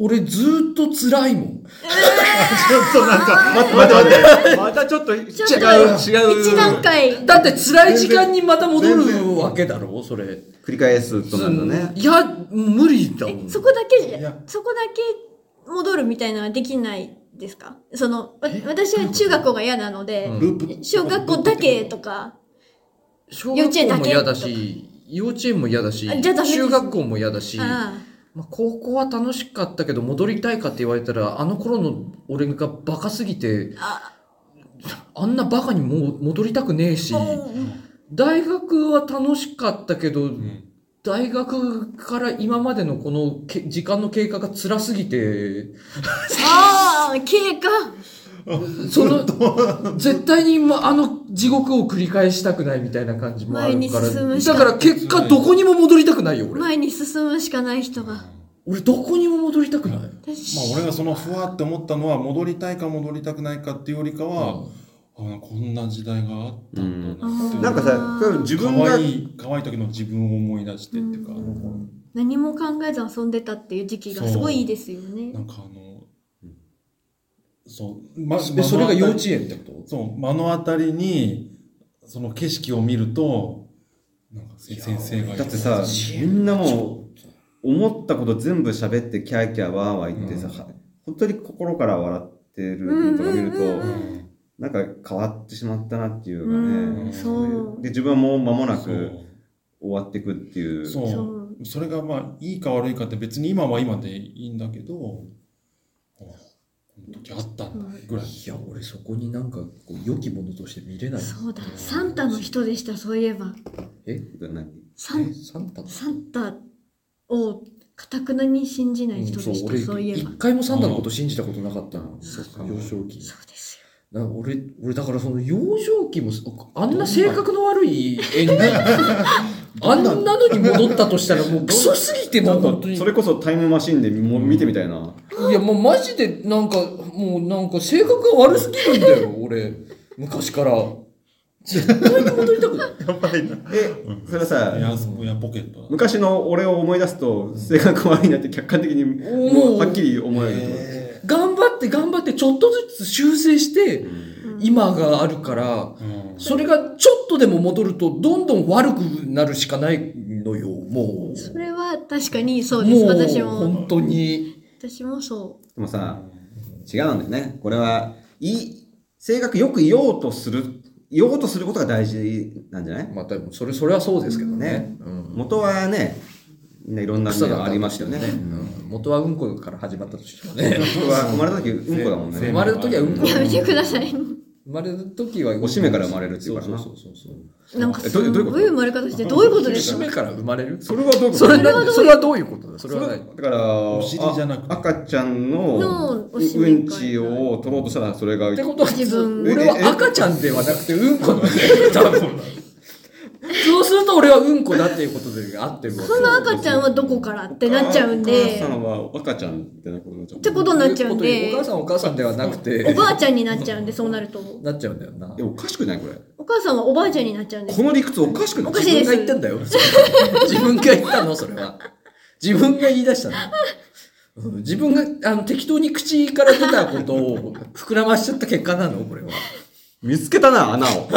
S4: 俺ずーっと辛いも ん
S6: ちょっとなんか、
S2: 待って待って待って。またちょっと違う
S1: ちょっと
S2: 違
S1: 一段階。
S4: だって辛い時間にまた戻るわけだろそれ
S2: 繰り返すとなんだね。
S4: いや無理だもん
S1: え、そこだけじ
S3: い
S1: ゃ
S3: や、
S1: そこだけ戻るみたいなのはできないですかその、わ私は中学校が嫌なので、
S4: うん
S3: ループ
S1: 小学校だけとか、
S4: 小
S1: 幼稚園だ
S4: 学校も
S1: け
S4: 嫌だし幼稚園も嫌だし
S1: あじゃあダメです
S4: 中学校も嫌だし
S1: あ
S4: まあ、高校は楽しかったけど戻りたいかって言われたらあの頃の俺がバカすぎて
S1: あ、
S4: あんなバカにもう戻りたくねえし
S1: あ、うん
S4: 大学は楽しかったけど、
S3: ん
S4: 大学から今までのこのけ時間の経過が辛すぎ て
S1: あー、経過。
S4: その絶対に、ま、あの地獄を繰り返したくないみたいな感じもあるから
S1: 前に進むし
S4: だ
S1: か
S4: から結果どこにも戻りたくないよ俺、
S1: 前に進むしかない人が。
S4: 俺どこにも戻りたくない、
S3: まあ俺がそのふわって思ったのは戻りたいか戻りたくないかっていうよりかは、あこんな時代があったんだなって、
S1: うん
S2: なんかさ、自分
S3: 可
S2: が
S3: 愛い可愛い時の自分を思い出してっていうか、
S1: 何も考えず遊んでたっていう時期がすごいいいですよね
S3: な。んかあの、そう、ま、
S4: でそれが幼
S3: 園
S4: 稚園ってこ
S3: そう、目の当たりに、その景色を見ると、なんかせ先生がいる
S2: だってさ、みんなもう、思ったこと全部喋って、キャーキャーワーワー言ってさ、
S3: うん
S2: は本当に心から笑ってるとか見ると、
S1: うんうんうん
S3: うん
S2: なんか変わってしまったなっていうかね。
S1: うん、そう。
S2: で、自分はもう間もな
S3: そ
S2: く
S3: う
S2: 終わってくっていう。
S3: そ。
S1: そうう。
S3: それがまあ、いいか悪いかって別に今は今でいいんだけど、あこの時あったんだ、ぐ
S4: と
S3: らい。
S4: いや俺そこになんかこう良きものとして見れない
S1: そうだ。サンタの人でした、そういえば。
S4: え
S2: 何
S1: サン
S4: サンタの
S1: サンタをかたくなに信じない人でした、
S4: うん
S1: そ
S4: そう
S1: う
S4: 俺
S1: いえば
S4: 一。回もサンタのこと信じたことなかったの
S2: そうか
S4: 幼少期
S1: そうです
S4: な俺俺だからその幼少期もあんな性格の悪い演技あんなのに戻ったとしたらもうクソすぎて
S2: な
S4: もうん
S2: か
S4: 本当に
S2: それこそタイムマシンでもう見てみたいな。
S4: いやもうマジでなんかもうなんか性格が悪すぎるんだよ俺昔から絶対に戻りたくない
S3: やばいな。
S2: え、それはさ、
S5: エアスエアポケットだ。
S2: 昔の俺を思い出すと性格悪いなって客観的に
S4: ー
S2: もうはっきり思えると思う。
S5: え
S4: 頑張って頑張ってちょっとずつ修正して今があるから
S5: ーうん
S4: それがちょっとでも戻るとどんどん悪くなるしかないのよもう
S1: それは確かにそうです。私
S4: もう
S1: も。
S4: 本当に
S1: 私もそ
S2: でもさ、違うんだよね。これは、いい、性格よく言おうとする、言おうとすることが大事なんじゃない
S4: またそれそれはそうですけどね
S2: ね
S4: うん
S2: 元はね、みんないろんな
S4: 草
S2: 面
S4: だった
S2: がありますよね。
S4: うん元はうんこから始まったとしてもね
S2: 僕は生まれた時うんこだもん
S5: せ
S4: 生
S2: ね。
S4: まれた時はうんこ
S1: う。やめてください。
S4: 生まれる時は
S2: おしめから生まれるっていうから
S4: そう
S2: な
S4: そうそうそう
S1: なんか
S2: え
S1: す
S2: どういうどういうこと
S1: ごい生まれ方して、どういうことです
S4: 節
S1: か
S4: 目から生まれる
S2: それはどういうこと
S4: それはそれはどういうことだそれはない
S2: だから、
S5: お尻じゃなくて
S2: あ赤ちゃんの
S1: のお尻
S2: う
S1: から
S2: んちを取ろうとしたらそれが
S4: ってことは
S1: 自分
S4: 俺
S2: ええ
S4: は赤ちゃんではなくてうんこなんだよ多分そうすると俺はうんこだっていうことで合ってるわけ
S1: その赤ちゃんはどこからってなっちゃうん
S2: お
S1: で、
S2: 母さ
S1: っ
S2: んは赤ちゃんってなことになっちゃう
S1: てことになっちゃうん
S4: いう
S1: で
S4: ことお母、さんお母さんではなく
S1: お
S4: て
S1: ばあちゃんになっちゃうんで、そうなると。
S4: なっちゃうんだよな
S2: えおかしくないこれ
S1: お母さんはおばあちゃんになっちゃうんです
S2: こ。の理屈おかしくない
S1: おかしいで
S4: 自分
S1: す
S4: が言ったんだよ自分が言ったのそれは自分が言い出したのうん自分があの適当に口から出たことを膨らましちゃった結果なのこれは
S2: 見つけたな穴を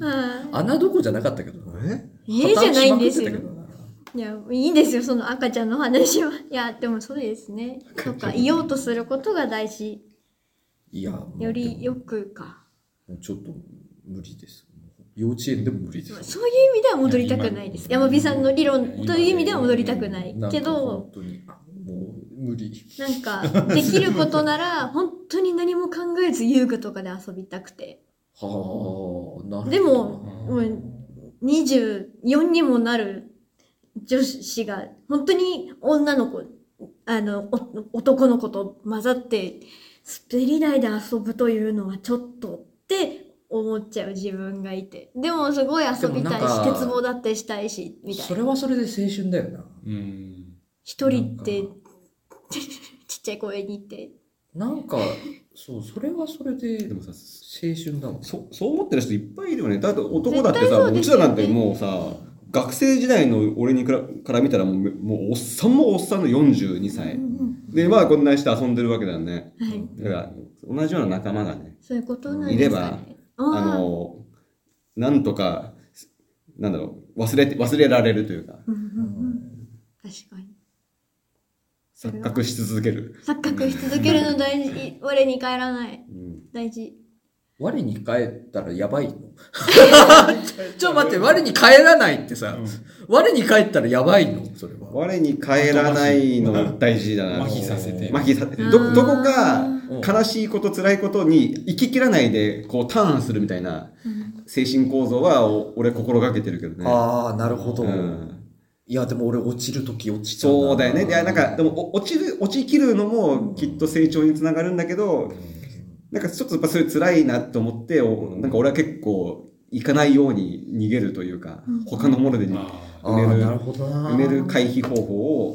S1: は
S4: 穴どこじゃなかったけどね
S1: い。ええじゃないんですよ
S4: 破綻しまくってたけ。どない
S1: や、いいんですよ、その赤ちゃんの話は。 いや、でもそうですね。とか、言おうとすることが大事。
S4: いや、もう
S1: より
S4: で
S1: よくか。
S4: もちょっと無理です。幼稚園でも無理です。
S1: そういう意味では戻りたくないです。山火さんの理論という意味では戻りたくない
S4: ん。か
S1: けど、
S4: 本当に、あもう無理。
S1: なんか、できることなら、本当に何も考えず遊具とかで遊びたくて。
S4: はあ、なるほど。
S1: でも、もう、24にもなる女子が、本当に女の子、あの、お男の子と混ざって、滑り台で遊ぶというのはちょっとって思っちゃう自分がいて。でも、すごい遊びたい
S4: でもな
S1: し、
S4: んか
S1: 鉄棒だってしたいし、みたい
S4: そ
S1: な。
S4: れはそれで青春だよな。
S5: うん。
S1: 一人って
S4: なん、
S1: ちっちゃい公園に行って、
S4: なんか、そう、それはそれで
S2: で
S4: 青
S2: もさ
S4: 春だもん。
S2: そそう思ってる人いっぱいいるよねだって男だって
S1: 絶対
S2: さ
S1: そう
S2: う
S1: で
S2: ち
S1: す
S2: ら
S1: よね
S2: なんてもうさ学生時代の俺にからから見たらもうもうおっさんもおっさんの42歳でまあこんなにして遊んでるわけだよね
S1: はい。
S2: だから同じような仲間がね
S1: そういうことなんですかね。あ
S2: あ
S1: ー
S2: のなんとかなんだろう忘れて忘れられるというか
S1: うんうんうん確かに。
S2: 錯覚し続ける、
S1: 錯覚し続けるの大事。我に帰らない。
S2: うん
S1: 大事。
S4: 我に帰ったらやばいのちょっと待って、我に帰らないってさ、我に帰ったらやばいのそれは。
S2: 我に帰らないの大事だな
S5: 麻痺させて。
S2: 麻痺さ
S1: うん
S2: どどこか
S4: うん
S2: 悲しいこと辛いことに行ききらないでこうターンするみたいな精神構造はお俺心がけてるけどね
S4: ああ、なるほど。
S2: うん、
S4: いや、でも俺落ちるとき落ちちゃうな。
S2: そうだよねいやなんかでもお落ちる落ちきるのもきっと成長につながるんだけどなんかちょっとやっぱそれ辛いなと思っておなんか俺は結構行かないように逃げるというか
S1: うん
S2: 他のもので
S5: あ
S2: 埋
S5: あ
S4: ああ、なるほどな。
S2: める回避方法を、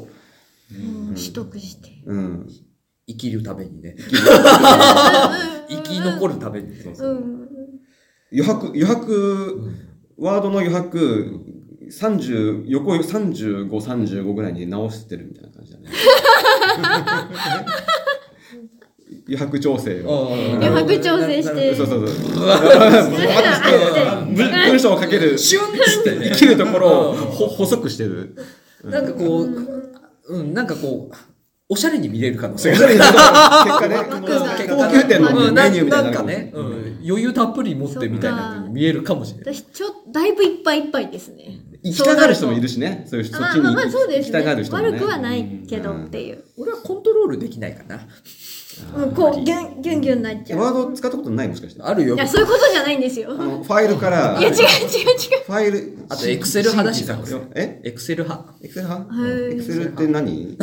S1: もう取得して。
S2: うん、
S4: 生きるためにね。生き残るために。
S1: うん。
S2: 余白余白ワードの余白、30、横35、35ぐらいに直してるみたいな感じ だね。余白調整を。
S1: 余白調整して。
S2: そうそうそう。
S1: あって
S2: 文文章をかける、
S4: シュンって
S2: 生きるところを
S4: うん
S2: ほ細くしてる。
S4: なんかこう、うん、なんかこう、おしゃれに見れる可能性
S2: 結
S4: がある。
S2: 果ね、高級店
S4: う
S2: の
S4: ん
S2: メニューみたいな。
S4: んかね、うん余裕たっぷり持ってみたいな風に見えるかもしれない。
S1: 私、ちょ、だいぶいっぱいいっぱいですね。
S2: 行きたがる人もいるしね。そういう人、そっ
S1: あー
S2: ちに
S1: まあまあそう
S2: 行
S1: で
S2: き
S1: す
S2: た
S1: ね。
S2: がる人もね。
S1: 悪くはないけどっていう。
S4: 俺はコントロールできないかな。
S1: もうこう、ギュン、ギュンギュンなっちゃ
S2: ワー
S1: う。
S2: ド使ったことないもしかして。あ
S4: あるよ
S1: い。や、そういうことじゃないんですよ。
S2: の、ファイルから、
S1: いや、違う違う
S2: フ
S1: 違う。
S2: ァイル、
S4: あとエクセル派だしな
S2: え
S4: エクセル派。
S2: エクセル派
S1: はい
S2: エクセルって何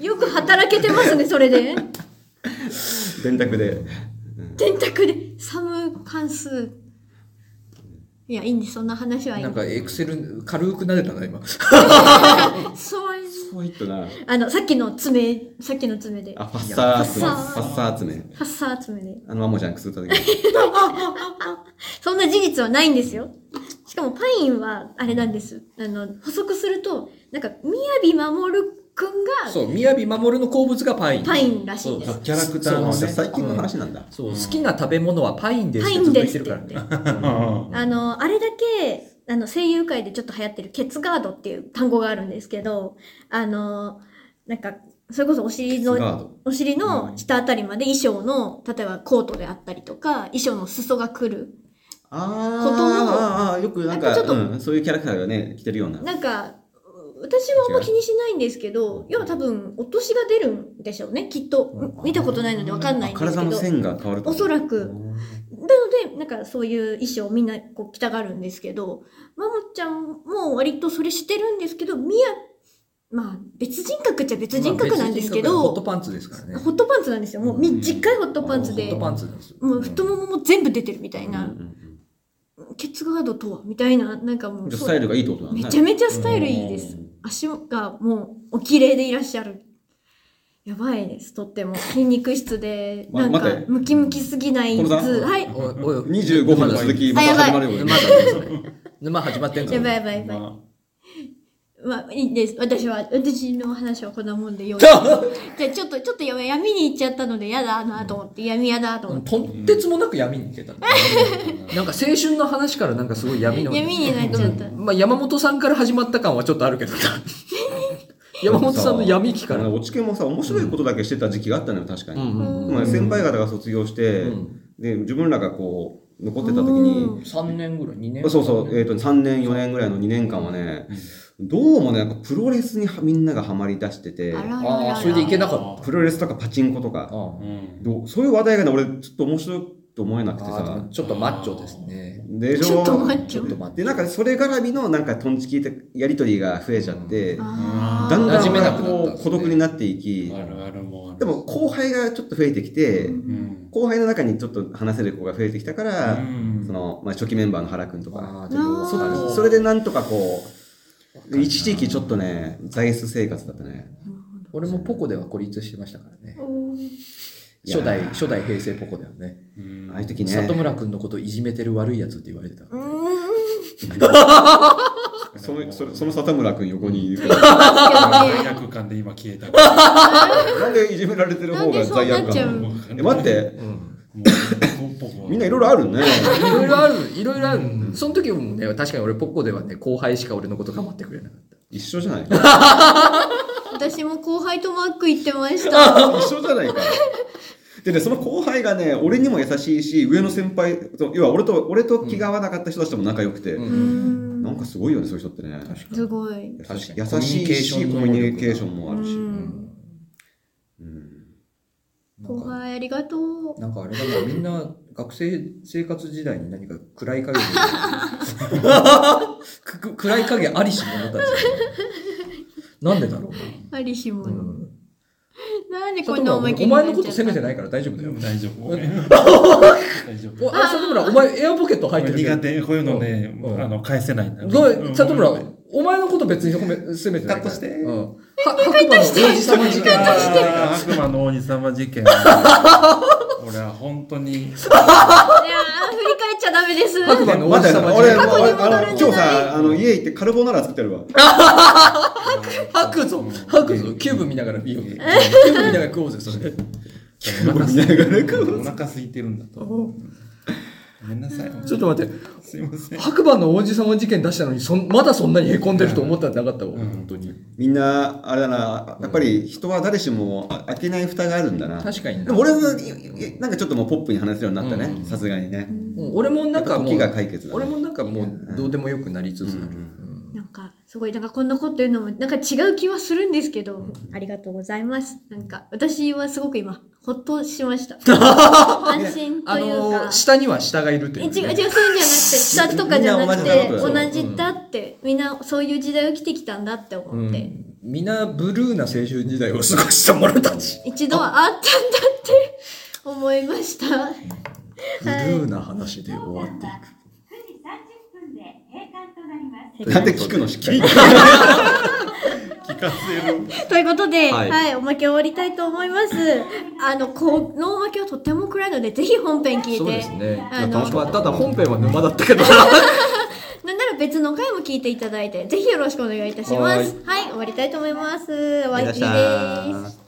S1: よく働けてますね、それで。
S2: 電卓で。
S1: 電卓で、サム関数。いや、いいんです。そんな話はいい
S4: なんん
S1: で
S4: か、エクセル、軽くなれたな、今。
S1: す。そういう。
S2: そういったな。
S1: あの、さっきの爪、さっきの爪で。
S2: あ、
S1: ハ
S2: ファッサー集
S1: い
S2: め。フ
S1: や
S2: ァッ
S1: ッ
S2: サー集め。
S1: サー爪で。
S2: あの、マモちゃんくすった時に。
S1: そんな事実はないんですよ。しかもパインは、あれなんです。あの、補足すると、なんか、宮城守くんが
S4: そう、宮城守の好物がパイン。
S1: パインらしいです。
S5: キャラクター
S2: あ
S5: の
S2: じゃあ
S5: ね。
S2: 最近の話なんだ。
S4: そう、好きな食べ物はパインです
S1: パ
S4: っ
S1: イ
S4: て
S1: ン
S4: ずっ
S1: で
S4: と言っ
S1: す
S4: て
S1: って言
S4: るから
S1: って
S4: ね。。
S1: あの、あれだけ、あの、声優界でちょっと流行ってる、ケツガードっていう単語があるんですけど、あの、なんか、それこそお尻
S2: ガー
S1: の、
S2: ド。
S1: お尻の下あたりまで衣装の、例えばコートであったりとか、衣装の裾が来る。
S2: あ
S1: こと
S2: ーあー、あーよくなん
S1: なんか
S2: か
S1: ちょっと
S2: うんそういうキャラクターがね、来てるような。
S1: なんか、私はあんま気にしないんですけど、要は多分、お年が出るんでしょうね、きっと。見たことないのでわかんないんですけ
S2: 体の
S1: ど。
S2: 線が変わると
S1: おそら
S2: う
S1: く。
S2: ん
S1: なので、なんかそういう衣装みんなこう着たがるんですけど、マモちゃんも割とそれしてるんですけど、ミヤ、まあ別人格っちゃ別人格なんですけ
S4: まあ別人格ホ
S1: ど、
S4: ットパンツですからね。
S1: ホットパンツなんですよ。もう短いホットパンツ
S4: ホ
S1: で、
S4: ット
S1: も
S4: パンツなんですよ。
S1: う太ももも全部出てるみたい
S2: うん
S1: な
S2: う、ん
S1: ケツガードとは、みたいな、なんかも
S2: うん
S1: う
S2: じゃあ
S1: そ
S2: ス
S1: う、
S2: タイルがいいってことなんだ
S1: め
S2: ね
S1: ちゃめちゃスタイルいいです
S2: う。
S1: 足がもうお綺麗でいらっしゃる。やばいです、とっても。筋肉質で、
S2: ま
S1: なんか
S2: 待って
S1: ムキムキすぎない
S2: このさん
S1: はい。
S4: おいおいおい
S2: 25分の続き、また始まるよ。
S4: 沼だね、それ。沼始まってんか
S1: やばい
S4: ら。
S1: やばいやばい。
S5: ま
S1: まあ、いいです。私は、私の話はこんなもんでよい。じゃあちょっと、ちょっとやばい闇に行っちゃったので、やだなと思って、闇やだと思って。
S4: とんてつもなく闇に 行けたね。なんか青春の話からなんかすごい闇の。
S1: 闇になっちゃった。
S4: まあ山本さんから始まった感はちょっとある けどな山本さんの闇期から。
S2: あの落研もさ、面白いことだけしてた時期があったのよ、確か
S4: う
S2: に。
S4: んうん
S2: まあ先輩方が卒業して、
S4: うん
S2: で、自分らがこう、残ってた時に、
S4: 3年ぐらい、2年
S2: そうそう、えっ、と、3年、4年ぐらいの2年間はね、どうもね、なんかプロレスにはみんながハマり出してて
S1: あ、らあらあ
S4: あ
S1: ら
S4: あ、それでいけなかった。
S2: プロレスとかパチンコとか、
S4: あ
S5: あうん
S2: どうそういう話題がね、俺、ちょっと面白いと思えなくて
S4: あ
S2: さ
S4: あ、、ちょっとマッチョですね。
S2: でしょ
S1: ちょっと待って
S4: ちょっと待って
S2: で、なんかそれ絡みの、なんかトンチキってやりとりが増えちゃって、
S1: あー
S2: だんだ
S4: 馴染めなく
S2: ん
S4: なったん
S2: こ
S4: で
S2: う
S4: すね
S2: 孤独になっていき、
S5: あるあるもある。
S2: でも後輩がちょっと増えてきて、
S5: うん、
S2: 後輩の中にちょっと話せる子が増えてきたから、
S5: うん
S2: そのまあ、初期メンバーの原くんとか、
S4: ああ、でも、
S1: そ
S2: そ
S1: ー
S2: それでなんとかこう、で一時期ちょっとね、座椅子生活だったね。
S4: 俺もポコでは孤立してましたからね。
S1: おー
S2: いや
S4: 初代、初代平成ポコだよね。
S5: うん
S2: ああいう時ね、
S4: 里村君のこといじめてる悪いやつって言われてた。
S1: うーん。
S2: そのそその里村くん横にいる
S5: 罪 悪感で今消えた。も
S2: なんでいじめられてる
S1: なん
S2: 方
S1: で
S2: が
S1: そう
S2: 罪
S1: なっ
S2: 悪
S1: ちゃう
S2: 感
S1: の
S2: え、待って、
S5: う
S2: みんないろいろあるね。
S4: いろいろある、いろいろある。その時もね、確かに俺ポコではね、後輩しか俺のこと構ってくれなかった。
S2: 一緒じゃない
S1: 私も後輩とマック行ってました。
S2: 一緒じゃないか。でね、その後輩がね、俺にも優しいし、上の先輩、そう要は俺と、俺と気が合わなかった人たちとも仲良くて、
S1: うーん
S2: なんかすごいよね、そういう人ってね。
S1: すごい。
S2: 優し
S4: 確かに
S2: 優しいし、コ
S4: コ
S2: ミ
S4: ミ
S2: ュ
S4: ュ
S2: ニ
S4: ニ
S2: ケ
S4: ケ
S2: ー
S4: ー
S2: シ
S4: シ
S2: ョ
S4: ョ
S2: ン
S4: ン
S2: も
S1: う
S2: あるし。
S1: ん。
S2: うん
S1: 後
S4: なんか
S1: 輩ありがとう。
S4: なんかあれだな、みんな学生生活時代に何か暗い 影くく暗い影ありし者たち。なんでだろう
S1: ありしも
S4: な。う
S1: の。
S4: ん
S1: なんでこ
S4: 里
S1: んな思
S4: 村
S1: い切
S4: お
S1: りになっ
S4: 前
S1: ちゃった
S4: のこと責めてないから大丈夫だよ。
S5: 大丈 夫。大丈
S4: お
S5: 夫。
S4: あ里村、お前エアポケット入ってるけ
S5: 苦
S4: ど。
S5: 手、こういうのね
S4: う、ん
S5: あの、返せないんだよ
S4: どう里村
S5: うん、
S4: お前のこと別に褒め責めてないから。
S5: カットして
S4: うん。は白馬の王子様事件。
S5: あー悪魔の王子様事件。俺は本当に。
S1: いやー振り返っちゃダメです。
S4: 白馬の王子
S2: 待って、
S4: 様事
S2: 俺、
S4: 件。
S1: 過去に戻る
S2: あの
S1: んじゃな
S2: 今
S1: い
S2: 日さ、あの、家行ってカルボナーラ作ってるわ。
S4: 吐くぞ吐くぞキューブ見ながら見ようキューブ見ながら食おうぜ、それ。
S5: お腹空いてるんだと。ごめんなさい。
S4: ちょっと待って。
S5: すいません。
S4: 白馬の王子様事件出したのにそんまだそんなにへこんでると思ったんじゃなかったわ、
S5: ん
S4: 本当に
S2: みんな、あれだな、やっぱり人は誰しもあ開けない蓋があるんだな。
S4: 確かに
S2: で
S4: な
S2: も俺はいなんかちょっともうポップに話すようになった
S4: う
S2: ね、
S4: ん
S2: さすがにね。
S4: うん俺もなんかも
S2: 時
S4: う
S2: が解決だね
S4: 俺もなんかもうどうでもよくなりつつある、うん
S1: なんか、すごい、なんかこんなこと言うのも、なんか違う気はするんですけど、ありがとうございます。なんか、私はすごく今、ほっとしま した。安心と
S4: あ
S1: いう
S4: の
S1: か
S4: ー、。下には下がいると
S1: え
S4: い
S1: 違う、
S4: う、
S1: 違う、そういうんじゃなくて、下とかじゃなく
S2: みんな
S1: て、
S2: 同じ
S1: 同
S2: だ
S1: じだって、みんなそういう時代を生きてきたんだって思
S4: う
S1: って、
S4: ん、皆ブルーな青春時代を過ごした者たち
S1: 一度はあったんだって思いました。
S4: ブルーな話で終わっていく
S7: 9時30分
S2: なんで聞くのしっかり。
S3: 聞かせる。
S1: ということで、は、
S2: はいい
S1: おまけを終わりたいと思います。あの、このおまけはとっても暗いので、ぜひ本編聞いて。
S4: そうですね。
S1: あの
S4: まあまあただ本編は沼だったけど。
S1: なんなら別の回も聞いていただいて、ぜひよろしくお願いいたします。はい、終わりたいと思います。お
S2: お
S1: わり
S2: 願い
S1: です
S2: し。ます